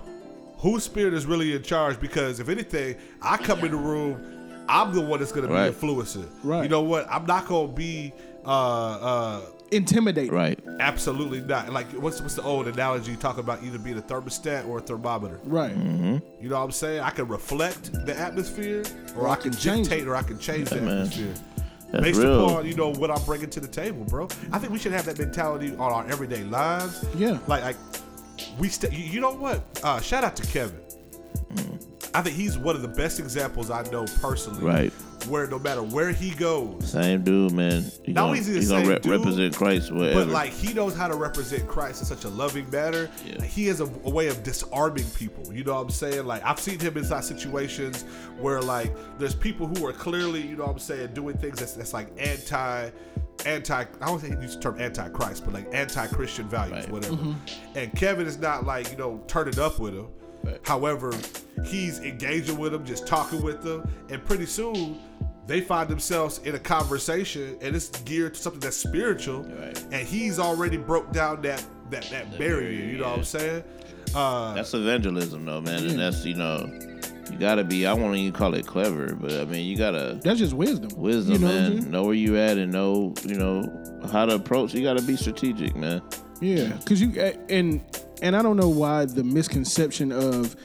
Speaker 5: whose spirit is really in charge? Because if anything, I come in the room, I'm the one that's gonna
Speaker 8: Right.
Speaker 5: be influencing.
Speaker 7: Right.
Speaker 5: You know what? I'm not gonna be uh uh
Speaker 7: Intimidating.
Speaker 8: right.
Speaker 5: absolutely not. Like what's what's the old analogy you talk about either being a thermostat or a thermometer?
Speaker 7: Right.
Speaker 8: Mm-hmm.
Speaker 5: You know what I'm saying? I can reflect the atmosphere or I can
Speaker 7: change
Speaker 5: dictate or I can change the
Speaker 8: man.
Speaker 5: atmosphere.
Speaker 8: That's
Speaker 5: Based
Speaker 8: real.
Speaker 5: upon you know what I'm bringing to the table, bro. I think we should have that mentality on our everyday lives.
Speaker 7: Yeah.
Speaker 5: like, like we. St- you, you know what? Uh, shout out to Kevin.
Speaker 8: Mm.
Speaker 5: I think he's one of the best examples I know personally.
Speaker 8: Right.
Speaker 5: where no matter where he goes,
Speaker 8: Same dude, man. You
Speaker 5: Not
Speaker 8: gonna,
Speaker 5: only is he the
Speaker 8: you gonna
Speaker 5: same
Speaker 8: re-
Speaker 5: dude,
Speaker 8: represent Christ wherever.
Speaker 5: but like he knows how to represent Christ in such a loving manner.
Speaker 8: Yeah.
Speaker 5: He has a, a way of disarming people. You know what I'm saying? Like I've seen him inside situations where like there's people who are clearly, you know what I'm saying, doing things that's, that's like anti anti I don't think he used the term anti Christ, but like anti Christian values,
Speaker 8: Right. Mm-hmm.
Speaker 5: whatever. And Kevin is not like, you know, turning up with him.
Speaker 8: Right.
Speaker 5: However, he's engaging with them, just talking with them, and pretty soon they find themselves in a conversation, and it's geared to something that's spiritual,
Speaker 8: Right.
Speaker 5: and he's already broke down that that that barrier. You know what I'm saying? Uh,
Speaker 8: that's evangelism, though, man. And that's, you know, you gotta be, I won't even call it clever, but I mean, you gotta
Speaker 7: That's just wisdom.
Speaker 8: wisdom,
Speaker 7: You know what I'm
Speaker 8: man.
Speaker 7: saying?
Speaker 8: Know where you at and know, you know, how to approach. You gotta be strategic, man.
Speaker 7: Yeah, because you a- and and I don't know why the misconception of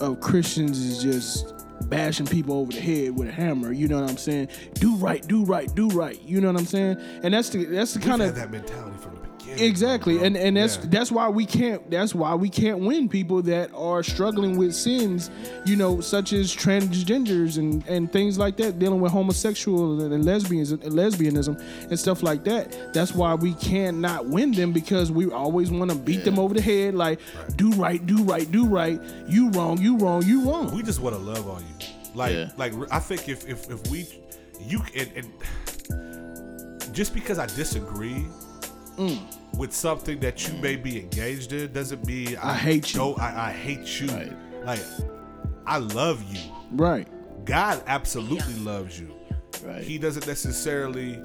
Speaker 7: of Christians is just bashing people over the head with a hammer. You know what I'm saying? Do right, do right, do right. You know what I'm saying? And that's the that's the kind
Speaker 5: kind of
Speaker 7: of
Speaker 5: that mentality from the beginning.
Speaker 7: exactly,
Speaker 5: bro.
Speaker 7: and and that's
Speaker 5: Yeah.
Speaker 7: that's why we can't that's why we can't win people that are struggling with sins. You know, such as transgenders and and things like that, dealing with homosexual and, and lesbians and lesbianism and stuff like that. That's why we cannot win them because we always want to beat them over the head, like do right, do right, do right. You wrong, you wrong, you wrong.
Speaker 5: we just want to love on you. Like
Speaker 8: Yeah.
Speaker 5: like I think if if if we you and, and just because I disagree with something that you may be engaged in doesn't mean I,
Speaker 7: hate you.
Speaker 5: don't- I, I hate you.
Speaker 7: Right.
Speaker 5: Like I love you.
Speaker 7: Right.
Speaker 5: God absolutely loves you.
Speaker 8: Right.
Speaker 5: He doesn't necessarily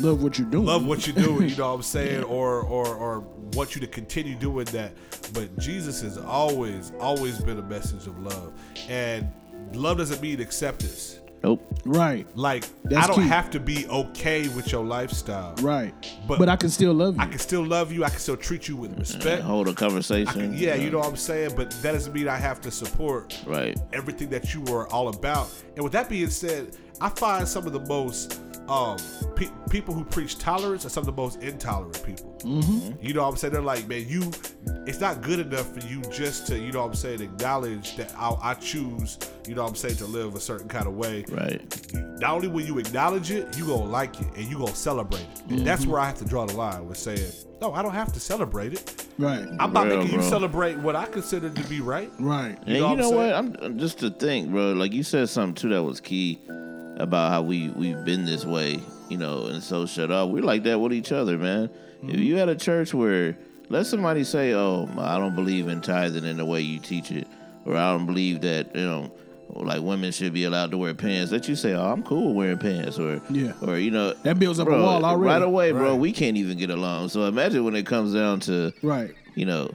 Speaker 7: Love what you're doing.
Speaker 5: love what you're doing, you know what I'm saying, or or or want you to continue doing that. But Jesus has always, always been a message of love. And love doesn't mean acceptance.
Speaker 8: Nope.
Speaker 7: Right.
Speaker 5: Like
Speaker 7: That's
Speaker 5: I don't
Speaker 7: key.
Speaker 5: have to be okay with your lifestyle.
Speaker 7: Right.
Speaker 5: But-
Speaker 7: But, I can still love you.
Speaker 5: I can still love you, I can still treat you with respect.
Speaker 8: Hold a
Speaker 5: I
Speaker 8: conversation.
Speaker 5: can, yeah, you know what I'm saying? But that doesn't mean I have to support
Speaker 8: Right.
Speaker 5: everything that you were all about. And with that being said, I find some of the most um, pe- people who preach tolerance are some of the most intolerant people.
Speaker 8: Mm-hmm.
Speaker 5: You know what I'm saying? They're like, man, you, it's not good enough for you just to, you know what I'm saying, acknowledge that I, I choose, you know what I'm saying, to live a certain kind of way.
Speaker 8: Right.
Speaker 5: Not only will you acknowledge it, you gonna like it and you gonna celebrate it. And
Speaker 8: Mm-hmm.
Speaker 5: that's where I have to draw the line with saying, no, I don't have to celebrate it.
Speaker 7: right.
Speaker 5: I'm not
Speaker 8: Real,
Speaker 5: making you
Speaker 8: bro.
Speaker 5: celebrate what I consider to be right.
Speaker 7: right.
Speaker 8: And
Speaker 5: know
Speaker 8: you
Speaker 5: what
Speaker 8: know
Speaker 5: I'm
Speaker 8: what? I'm, just to think, bro. Like you said something too that was key about how we we've been this way, you know, and so shut up. We're like that with each other, man.
Speaker 7: Mm-hmm.
Speaker 8: If you had a church where let somebody say, "Oh, I don't believe in tithing in the way you teach it," or "I don't believe that," you know. Like women should be allowed to wear pants. That you say, "Oh, I'm cool with wearing pants," or
Speaker 7: Yeah.
Speaker 8: or you know,
Speaker 7: That builds up a
Speaker 8: bro,
Speaker 7: wall already.
Speaker 8: Right away, bro. We can't even get along. So imagine when it comes down to
Speaker 7: Right.
Speaker 8: you know,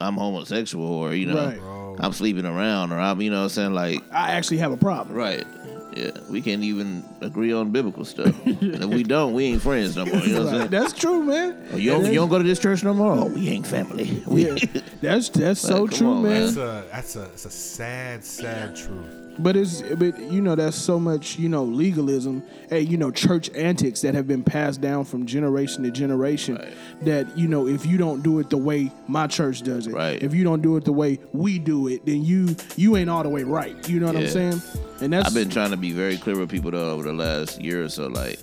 Speaker 8: I'm homosexual or, you know,
Speaker 7: Right.
Speaker 8: I'm sleeping around or I'm, you know what I'm saying? Like,
Speaker 7: I actually have a problem.
Speaker 8: right. Yeah. We can't even agree on biblical stuff. and if we don't, we ain't friends no more. You know what I'm
Speaker 7: Like,
Speaker 8: saying?
Speaker 7: that's true, man.
Speaker 8: Oh, you, don't, you don't go to this church no more? Oh, we ain't family. We,
Speaker 7: Yeah, that's that's so
Speaker 8: Like, come
Speaker 7: true,
Speaker 8: on,
Speaker 7: man.
Speaker 5: That's a that's a it's a sad sad truth.
Speaker 7: But it's but you know that's so much you know legalism and you know church antics that have been passed down from generation to generation that you know if you don't do it the way my church does it
Speaker 8: Right.
Speaker 7: if you don't do it the way we do it then you you ain't all the way right you know what I'm
Speaker 8: Yeah.
Speaker 7: saying and that's
Speaker 8: I've been trying to be very clear with people though over the last year or so. Like,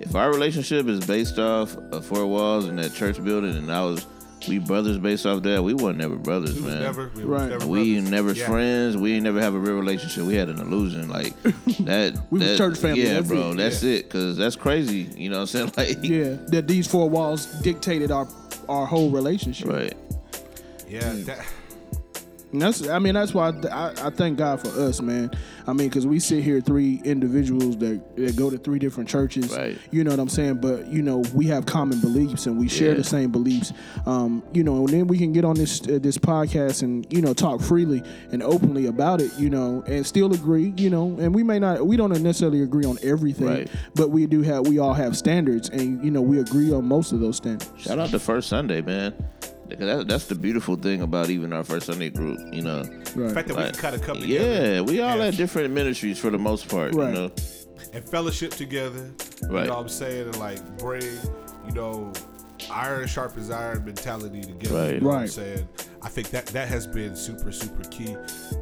Speaker 8: if our relationship is based off of four walls and that church building, and I was we brothers based off that, we wasn't ever brothers,
Speaker 5: We was
Speaker 8: man.
Speaker 5: never we was
Speaker 7: Right.
Speaker 5: never
Speaker 8: We
Speaker 5: brothers.
Speaker 8: never
Speaker 5: Yeah.
Speaker 8: friends. We ain't never have a real relationship. We had an illusion like that.
Speaker 7: We was
Speaker 8: that-
Speaker 7: church family,
Speaker 8: Yeah,
Speaker 7: that's
Speaker 8: bro.
Speaker 7: it.
Speaker 8: That's it. Cause that's crazy. You know what I'm saying? Like,
Speaker 7: yeah that these four walls dictated our our whole relationship
Speaker 8: right.
Speaker 5: Yeah, that,
Speaker 7: And that's I mean that's why I, I, I thank God for us, man. I mean, because we sit here three individuals that, that go to three different churches.
Speaker 8: Right.
Speaker 7: You know what I'm saying? But you know we have common beliefs and we share
Speaker 8: Yeah.
Speaker 7: the same beliefs. Um, you know, and then we can get on this uh, this podcast and you know talk freely and openly about it. You know, and still agree. You know, and we may not we don't necessarily agree on everything,
Speaker 8: Right.
Speaker 7: but we do have we all have standards, and you know we agree on most of those standards.
Speaker 8: Shout out to First Sunday, man. Because That, that's the beautiful thing about even our First Sunday group. You know,
Speaker 5: the
Speaker 7: Right.
Speaker 5: fact that we can kind of come together
Speaker 8: yeah, we all
Speaker 5: Yeah.
Speaker 8: at different ministries for the most part.
Speaker 7: Right.
Speaker 8: You know,
Speaker 5: and fellowship together.
Speaker 8: Right.
Speaker 5: You know what I'm saying? And like bring, you know, iron sharpens iron mentality together. You
Speaker 8: Right.
Speaker 5: know what I'm
Speaker 7: Right.
Speaker 5: saying? I think that that has been super, super key.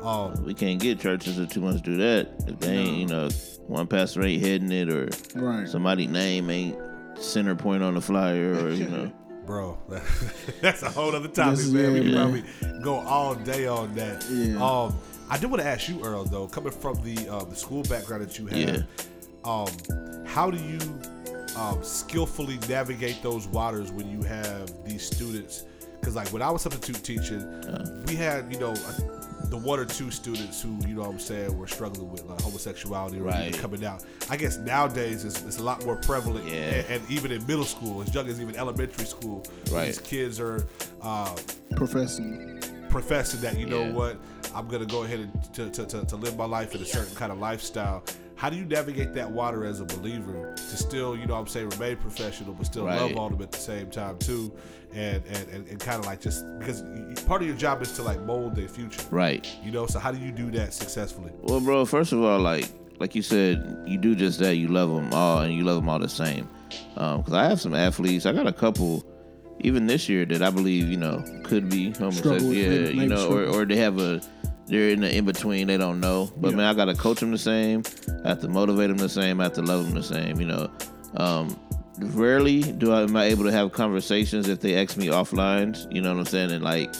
Speaker 5: Um
Speaker 8: we can't get churches or too much do that. If they ain't, you know, one pastor ain't heading it or
Speaker 7: Right.
Speaker 8: somebody name ain't center point on the flyer or you know.
Speaker 5: bro, that's a whole other topic,
Speaker 7: That's-
Speaker 5: man. We could
Speaker 7: yeah,
Speaker 5: probably go all day on that.
Speaker 7: Yeah.
Speaker 5: Um I do want to ask you, Earl, though, coming from the uh, the school background that you have,
Speaker 8: Yeah.
Speaker 5: um, how do you um, skillfully navigate those waters when you have these students? Because like when I was substitute teaching, we had you know uh, the one or two students who you know what I'm saying were struggling with like homosexuality or
Speaker 8: Right.
Speaker 5: even coming out. I guess nowadays it's, it's a lot more prevalent,
Speaker 8: Yeah.
Speaker 5: and, and even in middle school, as young as even elementary school,
Speaker 8: Right.
Speaker 5: these kids are. Uh,
Speaker 7: Professing.
Speaker 5: professing that you know
Speaker 8: Yeah.
Speaker 5: what I'm gonna go ahead and to, to, to, to live my life in a certain kind of lifestyle. How do you navigate that water as a believer to still, you know, what I'm saying remain professional but still love
Speaker 8: Right.
Speaker 5: all of them at the same time too, and and, and, and kind of like just because you- you- part of your job is to like mold their future,
Speaker 8: Right.
Speaker 5: You know, so how do you do that successfully?
Speaker 8: Well, bro, first of all, like like you said, you do just that. You love them all, and you love them all the same. Because I have some athletes. I got a couple, even this year, that I believe you know could be
Speaker 7: Struggle
Speaker 8: homosexual.
Speaker 7: with-
Speaker 8: Yeah,
Speaker 7: maybe- maybe
Speaker 8: you know, or,
Speaker 7: struggle.
Speaker 8: or they have a they're in the in between. They don't know. But
Speaker 7: Yeah.
Speaker 8: man, I gotta coach them the same. I have to motivate them the same. I have to love them the same. You know. Um, rarely do I am I able to have conversations if they ask me offline. You know what I'm saying? And like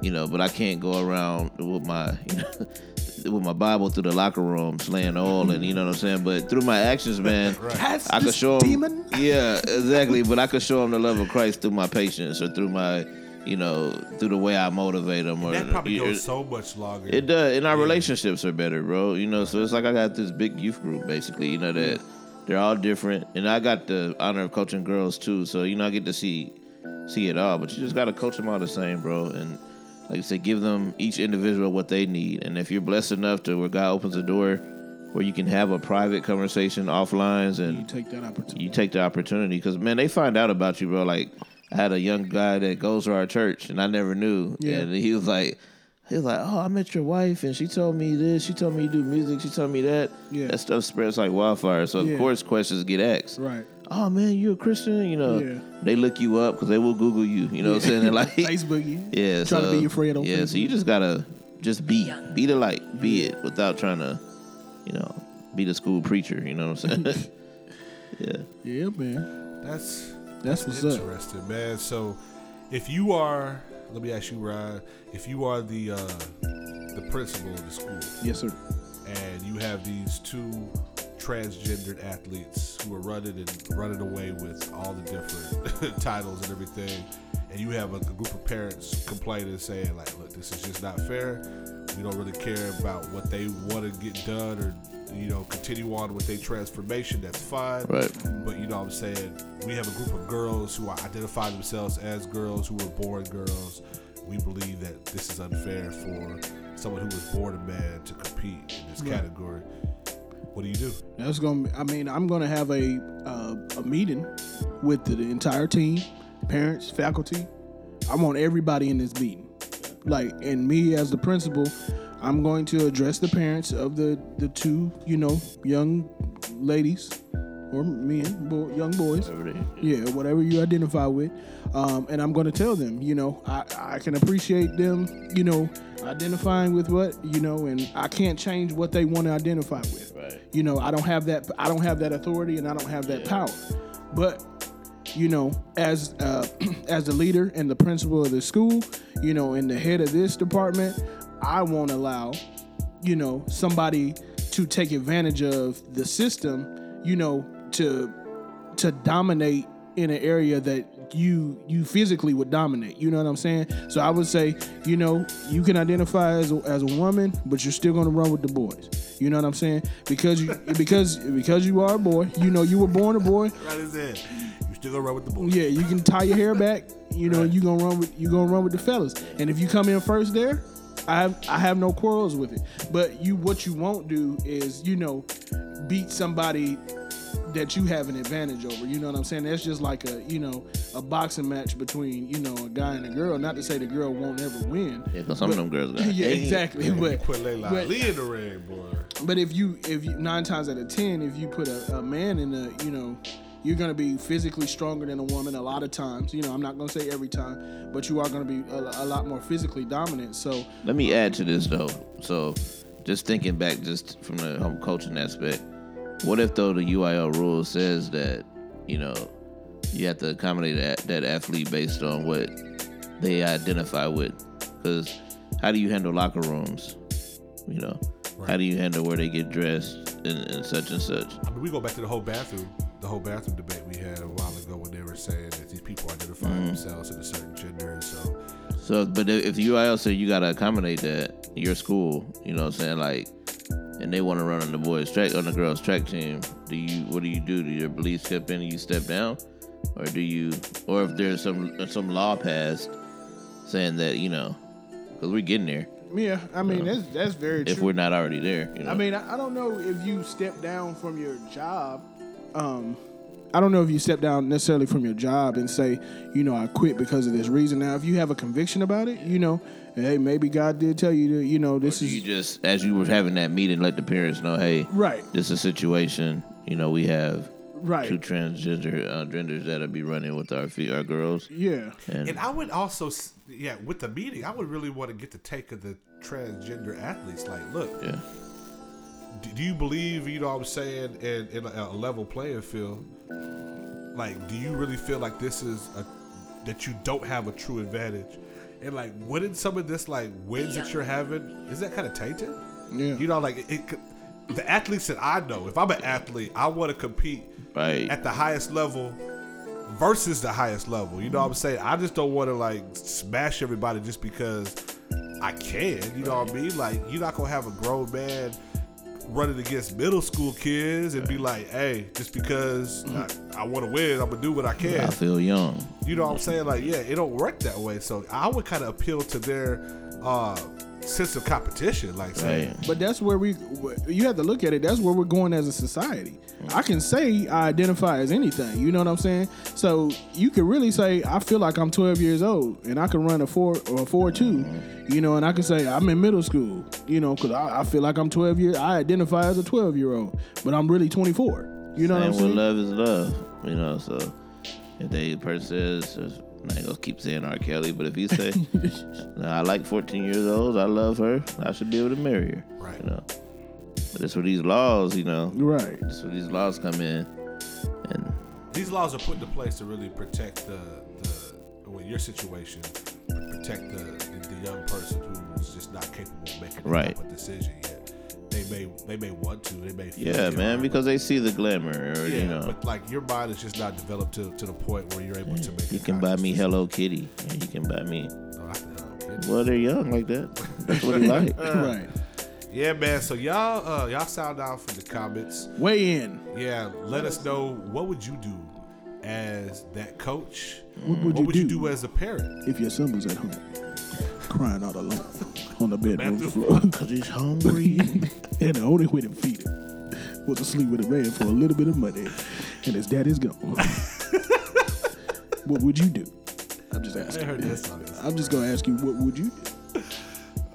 Speaker 8: you know, but I can't go around with my, you know, with my Bible through the locker room, slaying all, and you know what I'm saying. But through my actions, man,
Speaker 9: Has
Speaker 8: I could
Speaker 9: this
Speaker 8: show 'em-
Speaker 9: demon-
Speaker 8: Yeah, exactly. But I could show them the love of Christ through my patience or through my, you know, through the way I motivate them. Or
Speaker 5: That probably
Speaker 8: you-
Speaker 5: goes so much longer.
Speaker 8: Uh, it does, and our relationships are better, bro. You know, so it's like I got this big youth group, basically. You know that they're all different, and I got the honor of coaching girls too. So you know, I get to see see it all, but you just got to coach them all the same, bro. And like I said, give them each individual what they need. And if you're blessed enough to where God opens a door where you can have a private conversation offline and
Speaker 7: You take that opportunity.
Speaker 8: you take the opportunity because man, they find out about you, bro. Like I had a young guy that goes to our church, and I never knew.
Speaker 7: Yeah.
Speaker 8: And he was like, he was like, oh, I met your wife, and she told me this, she told me you do music, she told me that.
Speaker 7: Yeah.
Speaker 8: That stuff spreads like wildfire. So
Speaker 7: Yeah.
Speaker 8: of course, questions get asked.
Speaker 7: Right.
Speaker 8: Oh man, you a Christian? You know,
Speaker 7: Yeah.
Speaker 8: they look you up because they will Google you. You know what I'm saying? They're like
Speaker 7: Facebook you.
Speaker 8: Yeah.
Speaker 7: Trying
Speaker 8: so,
Speaker 7: to be your friend on
Speaker 8: Yeah.
Speaker 7: Facebook.
Speaker 8: So you just gotta just be, be the light, be it, without trying to, you know, be the school preacher. You know what I'm saying? yeah.
Speaker 7: Yeah, man.
Speaker 5: That's
Speaker 7: That's what's up.
Speaker 5: interesting, man. So, if you are, let me ask you, Ryan, if you are the uh, the principal of the school
Speaker 7: Yes, sir.
Speaker 5: and you have these two transgendered athletes who are running and running away with all the different titles and everything, and you have a group of parents complaining, saying like, "Look, this is just not fair. We don't really care about what they want to get done or." You know, continue on with their transformation. That's fine.
Speaker 8: Right.
Speaker 5: But you know what I'm saying? We have a group of girls who identify themselves as girls, who were born girls. We believe that this is unfair for someone who was born a man to compete in this category. What do you do?
Speaker 7: That's gonna. Be, I mean, I'm gonna have a uh, a meeting with the, the entire team, parents, faculty. I want everybody in this meeting. Like, and me as the principal, I'm going to address the parents of the the two, you know, young ladies or men, bo- young boys. Yeah, whatever you identify with. Um, and I'm going to tell them, you know, I, I can appreciate them, you know, identifying with what, you know, and I can't change what they want to identify with. Right. You know, I don't have that I don't have that authority and I don't have that power. But you know, as uh, as the leader and the principal of the school, you know, and the head of this department, I won't allow, you know, somebody to take advantage of the system, you know, to to dominate in an area that you you physically would dominate. You know what I'm saying? So I would say, you know, you can identify as a, as a woman, but you're still going to run with the boys. You know what I'm saying? Because you because because you are a boy, you know you were born a boy.
Speaker 5: That is it. You still gonna run with the boys.
Speaker 7: Yeah, you can tie your hair back. You know, you gonna run with you gonna run with the fellas. And if you come in first there, I have I have no quarrels with it. But you what you won't do is you know beat somebody that you have an advantage over. You know what I'm saying? That's just like a you know a boxing match between you know a guy and a girl. Not to say the girl won't ever win.
Speaker 8: Yeah, 'cause some of them girls got
Speaker 7: Yeah,
Speaker 8: hate.
Speaker 7: exactly. But,
Speaker 5: Quit Layla
Speaker 7: but
Speaker 5: Ali in the ring, boy.
Speaker 7: but if you if you nine times out of ten, if you put a, a man in a you know, you're gonna be physically stronger than a woman a lot of times. You know, I'm not gonna say every time, but you are gonna be a, a lot more physically dominant. So
Speaker 8: Let me add to this though. So, just thinking back, just from the home coaching aspect, what if though the UIL rule says that you know you have to accommodate that, that athlete based on what they identify with? Because how do you handle locker rooms? You know, how do you handle where they get dressed and, and such and such?
Speaker 5: I mean, we go back to the whole bathroom, the whole bathroom debate we had a while ago when they were saying that these people identify themselves in a certain gender, and so
Speaker 8: So, but if if the UIL said you gotta accommodate that your school, you know, what I'm saying like, and they want to run on the boys track on the girls track team, do you? What do you do? Do your beliefs step in and you step down, or do you? Or if there's some some law passed saying that you know, because we're getting there
Speaker 7: yeah, I mean that's that's very
Speaker 8: if
Speaker 7: true.
Speaker 8: we're not already there. You know?
Speaker 7: I mean, I, I don't know if you step down from your job. Um, I don't know if you step down necessarily from your job and say, you know, I quit because of this reason. Now, if you have a conviction about it, you know, hey, maybe God did tell you to, you know, this
Speaker 8: do you
Speaker 7: is
Speaker 8: just as you were having that meeting, let the parents know, hey,
Speaker 7: right,
Speaker 8: this is a situation. You know, we have
Speaker 7: right,
Speaker 8: two transgender uh, genders that'll be running with our feet, our girls.
Speaker 7: yeah.
Speaker 5: And I would also, s- yeah, with the meeting, I would really want to get the take of the transgender athletes. Like, look,
Speaker 8: Yeah.
Speaker 5: do, do you believe, you know what I'm saying, in, in a, a level playing field? Like, do you really feel like this is a, that you don't have a true advantage? And like, wouldn't some of this like wins that you're having is that kind of tainted?
Speaker 7: Yeah.
Speaker 5: You know, like it, it, the athletes that I know, if I'm an athlete, I want to compete
Speaker 8: Right.
Speaker 5: at the highest level versus the highest level. You know what I'm saying? I just don't want to like smash everybody just because I can. You know what I mean? Like you're not gonna have a grown man running against middle school kids and be like, "Hey, just because I,
Speaker 8: Mm-hmm.
Speaker 5: I want to win, I'm gonna do what I can."
Speaker 8: I feel young.
Speaker 5: You know what I'm saying? Like, yeah, it don't work that way. So I would kind of appeal to their uh, sense of competition. Like, say,
Speaker 8: Right.
Speaker 7: But that's where we, you have to look at it. That's where we're going as a society. I can say I identify as anything. You know what I'm saying? So you could really say I feel like I'm 12 years old and I can run a four or a four two. You know, and I can say I'm in middle school. You know, because I, I feel like I'm 12 years. I identify as a 12 year old, but I'm really 24. You know what
Speaker 8: and
Speaker 7: I'm
Speaker 8: what
Speaker 7: saying?
Speaker 8: love is love, you know. So if they person says, I ain't gonna keep saying R. Kelly, but if he say, "Nah, I like 14 years old, I love her, I should be able to marry her,
Speaker 5: Right.
Speaker 8: You know. But that's where these laws, you know,
Speaker 7: Right.
Speaker 8: that's where these laws come in, and
Speaker 5: these laws are put into place to really protect the, the well, your situation, protect the, the, the young person who's just not capable of making
Speaker 8: Right.
Speaker 5: a proper decision yet. They may they may want to, they may feel
Speaker 8: yeah,
Speaker 5: like,
Speaker 8: man,
Speaker 5: "Oh,
Speaker 8: because they see the glamour, or
Speaker 5: yeah,
Speaker 8: you know,
Speaker 5: but like your mind is just not developed to, to the point where you're able to make.
Speaker 8: you
Speaker 5: a
Speaker 8: can buy
Speaker 5: conscious
Speaker 8: me Hello Kitty, and you can buy me.
Speaker 5: decision. Oh, I think I'm kidding.
Speaker 8: Well, they're young like that. That's what they like.
Speaker 7: Right.
Speaker 5: Yeah, man. So y'all, uh, y'all sound out for the comments.
Speaker 7: Weigh in.
Speaker 5: Yeah, let us know what would you do as that coach.
Speaker 7: What would
Speaker 5: Mm-hmm. What
Speaker 7: you
Speaker 5: would
Speaker 7: do?
Speaker 5: you do as a parent?
Speaker 7: if your son was at home crying all alone on the bedroom
Speaker 5: Bathroom
Speaker 7: floor because he's hungry and the only way to feed him was to sleep with a man for a little bit of money and his daddy's gone what would you do i'm just asking
Speaker 5: heard that song.
Speaker 7: i'm just gonna ask you what would you do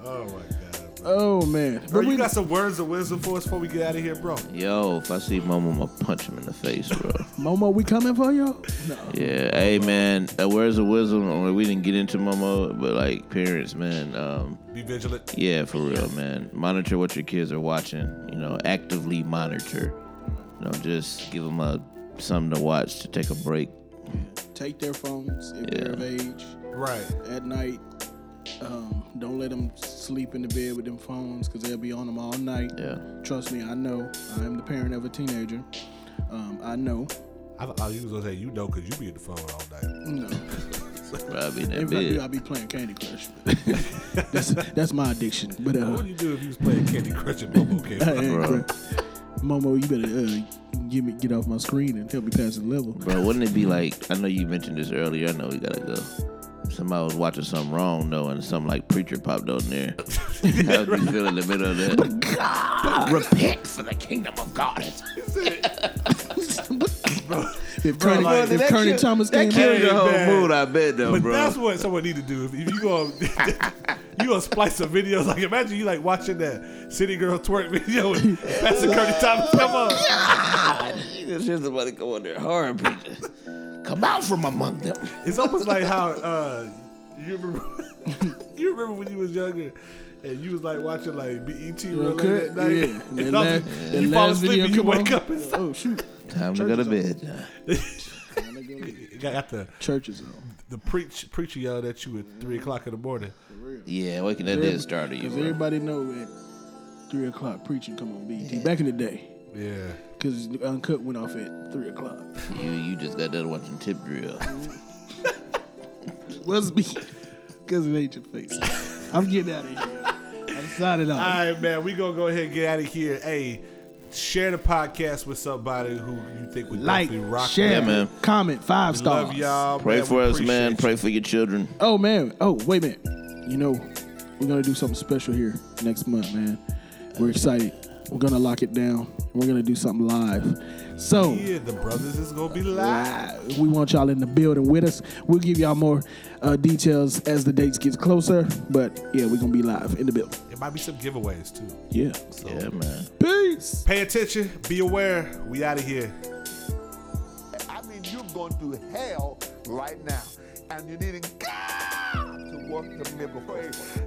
Speaker 5: Oh my god. Bro.
Speaker 7: oh man
Speaker 5: Bro,
Speaker 7: But we-
Speaker 5: you got some words of wisdom for us before we get out of here, bro.
Speaker 8: Yo, if I see Momo, I'ma punch him in the face, bro.
Speaker 7: momo we coming for you no
Speaker 8: Yeah, hey man, uh, where's the wisdom? Or We didn't get into Momo, but like parents, man, um,
Speaker 5: Be vigilant.
Speaker 8: yeah, for real, man. Monitor what your kids are watching. You know, actively monitor. You know, just give them a something to watch to take a break.
Speaker 7: take their phones if they're of age
Speaker 5: Right.
Speaker 7: at night um, don't let them sleep in the bed with them phones because they'll be on them all night
Speaker 8: Yeah,
Speaker 7: Trust me, I know. I am the parent of a teenager. Um, I know.
Speaker 5: I thought you was gonna say you know because you be in the phone all night.
Speaker 7: No.
Speaker 8: probably in that
Speaker 7: If I do, I'll
Speaker 8: bed.
Speaker 7: be playing Candy Crush. that's, that's my addiction.
Speaker 5: What
Speaker 7: But uh,
Speaker 5: would you do if you was playing Candy Crush and Bobo came
Speaker 7: hey,
Speaker 5: out?
Speaker 7: hey,
Speaker 8: Bro.
Speaker 7: Momo, you better uh, give me get off my screen and help me pass the level.
Speaker 8: Bro, wouldn't it be like? I know you mentioned this earlier. I know we gotta go. Somebody was watching something wrong though, and some like preacher popped on there. How would you feel in the middle of that? Repent for the kingdom of God.
Speaker 7: If Kearney,
Speaker 8: like-
Speaker 7: if
Speaker 8: that
Speaker 7: Kearney
Speaker 8: kid-
Speaker 7: Thomas came
Speaker 5: kid-
Speaker 7: out,
Speaker 8: Killed your whole
Speaker 5: man.
Speaker 8: mood, I bet though,
Speaker 5: But
Speaker 8: bro.
Speaker 5: that's what someone need to do. If, if you go, you gonna splice some videos. Like imagine you like watching that City Girl twerk video and Pastor Curtis Thomas come on.
Speaker 8: It's just somebody go on their hard pictures. Come out from among them.
Speaker 5: It's almost like how uh, you remember you remember when you was younger and you was like watching like E BET real late
Speaker 7: okay,
Speaker 5: at night.
Speaker 7: yeah.
Speaker 5: And
Speaker 7: That
Speaker 5: all-
Speaker 7: last-
Speaker 5: and
Speaker 7: that
Speaker 5: you fall
Speaker 7: last
Speaker 5: asleep
Speaker 7: video
Speaker 5: and you
Speaker 7: come
Speaker 5: wake
Speaker 7: on.
Speaker 5: up and
Speaker 7: oh shoot,
Speaker 8: Time to go to bed.
Speaker 5: got the
Speaker 7: church is on.
Speaker 5: the preach preacher yelled at you at three o'clock in the morning.
Speaker 8: Yeah, waking that dead starter, you
Speaker 7: Because
Speaker 8: bro.
Speaker 7: everybody know at three o'clock preaching come on BT back in the day.
Speaker 5: Yeah.
Speaker 7: Because Uncut went off at three o'clock.
Speaker 8: You you just got done watching Tip Drill.
Speaker 7: was me. Because it ain't your face. I'm getting out of here. I'm signing
Speaker 5: All
Speaker 7: off.
Speaker 5: right, man. We gonna go ahead and get out of here. Hey, share the podcast with somebody who you think would
Speaker 7: Like,
Speaker 5: definitely rock.
Speaker 7: share,
Speaker 8: Yeah, man.
Speaker 7: comment, five
Speaker 5: with it.
Speaker 7: stars.
Speaker 5: Love y'all.
Speaker 8: Pray
Speaker 5: man. We
Speaker 8: for us, man.
Speaker 5: appreciate
Speaker 8: Pray for your children.
Speaker 7: Oh, man. Oh, wait a minute. You know, we're going to do something special here next month, man. We're excited. We're going to lock it down. We're going to do something live. So.
Speaker 5: you. Yeah, the brothers is gonna be live.
Speaker 7: live. We want y'all in the building with us. We'll give y'all more uh, details as the dates gets closer. But yeah, we're gonna be live in the building.
Speaker 5: It might be some giveaways too.
Speaker 7: Yeah.
Speaker 8: Yeah, man.
Speaker 7: Peace.
Speaker 5: Pay attention. Be aware. We out of here.
Speaker 2: I mean, you're going to hell right now. And you're needing God to work the miracle.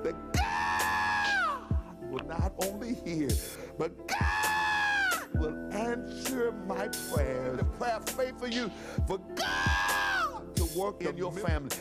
Speaker 2: The God will not only hear, but God will answer my prayer. The prayer of faith for you, for God to work in your family.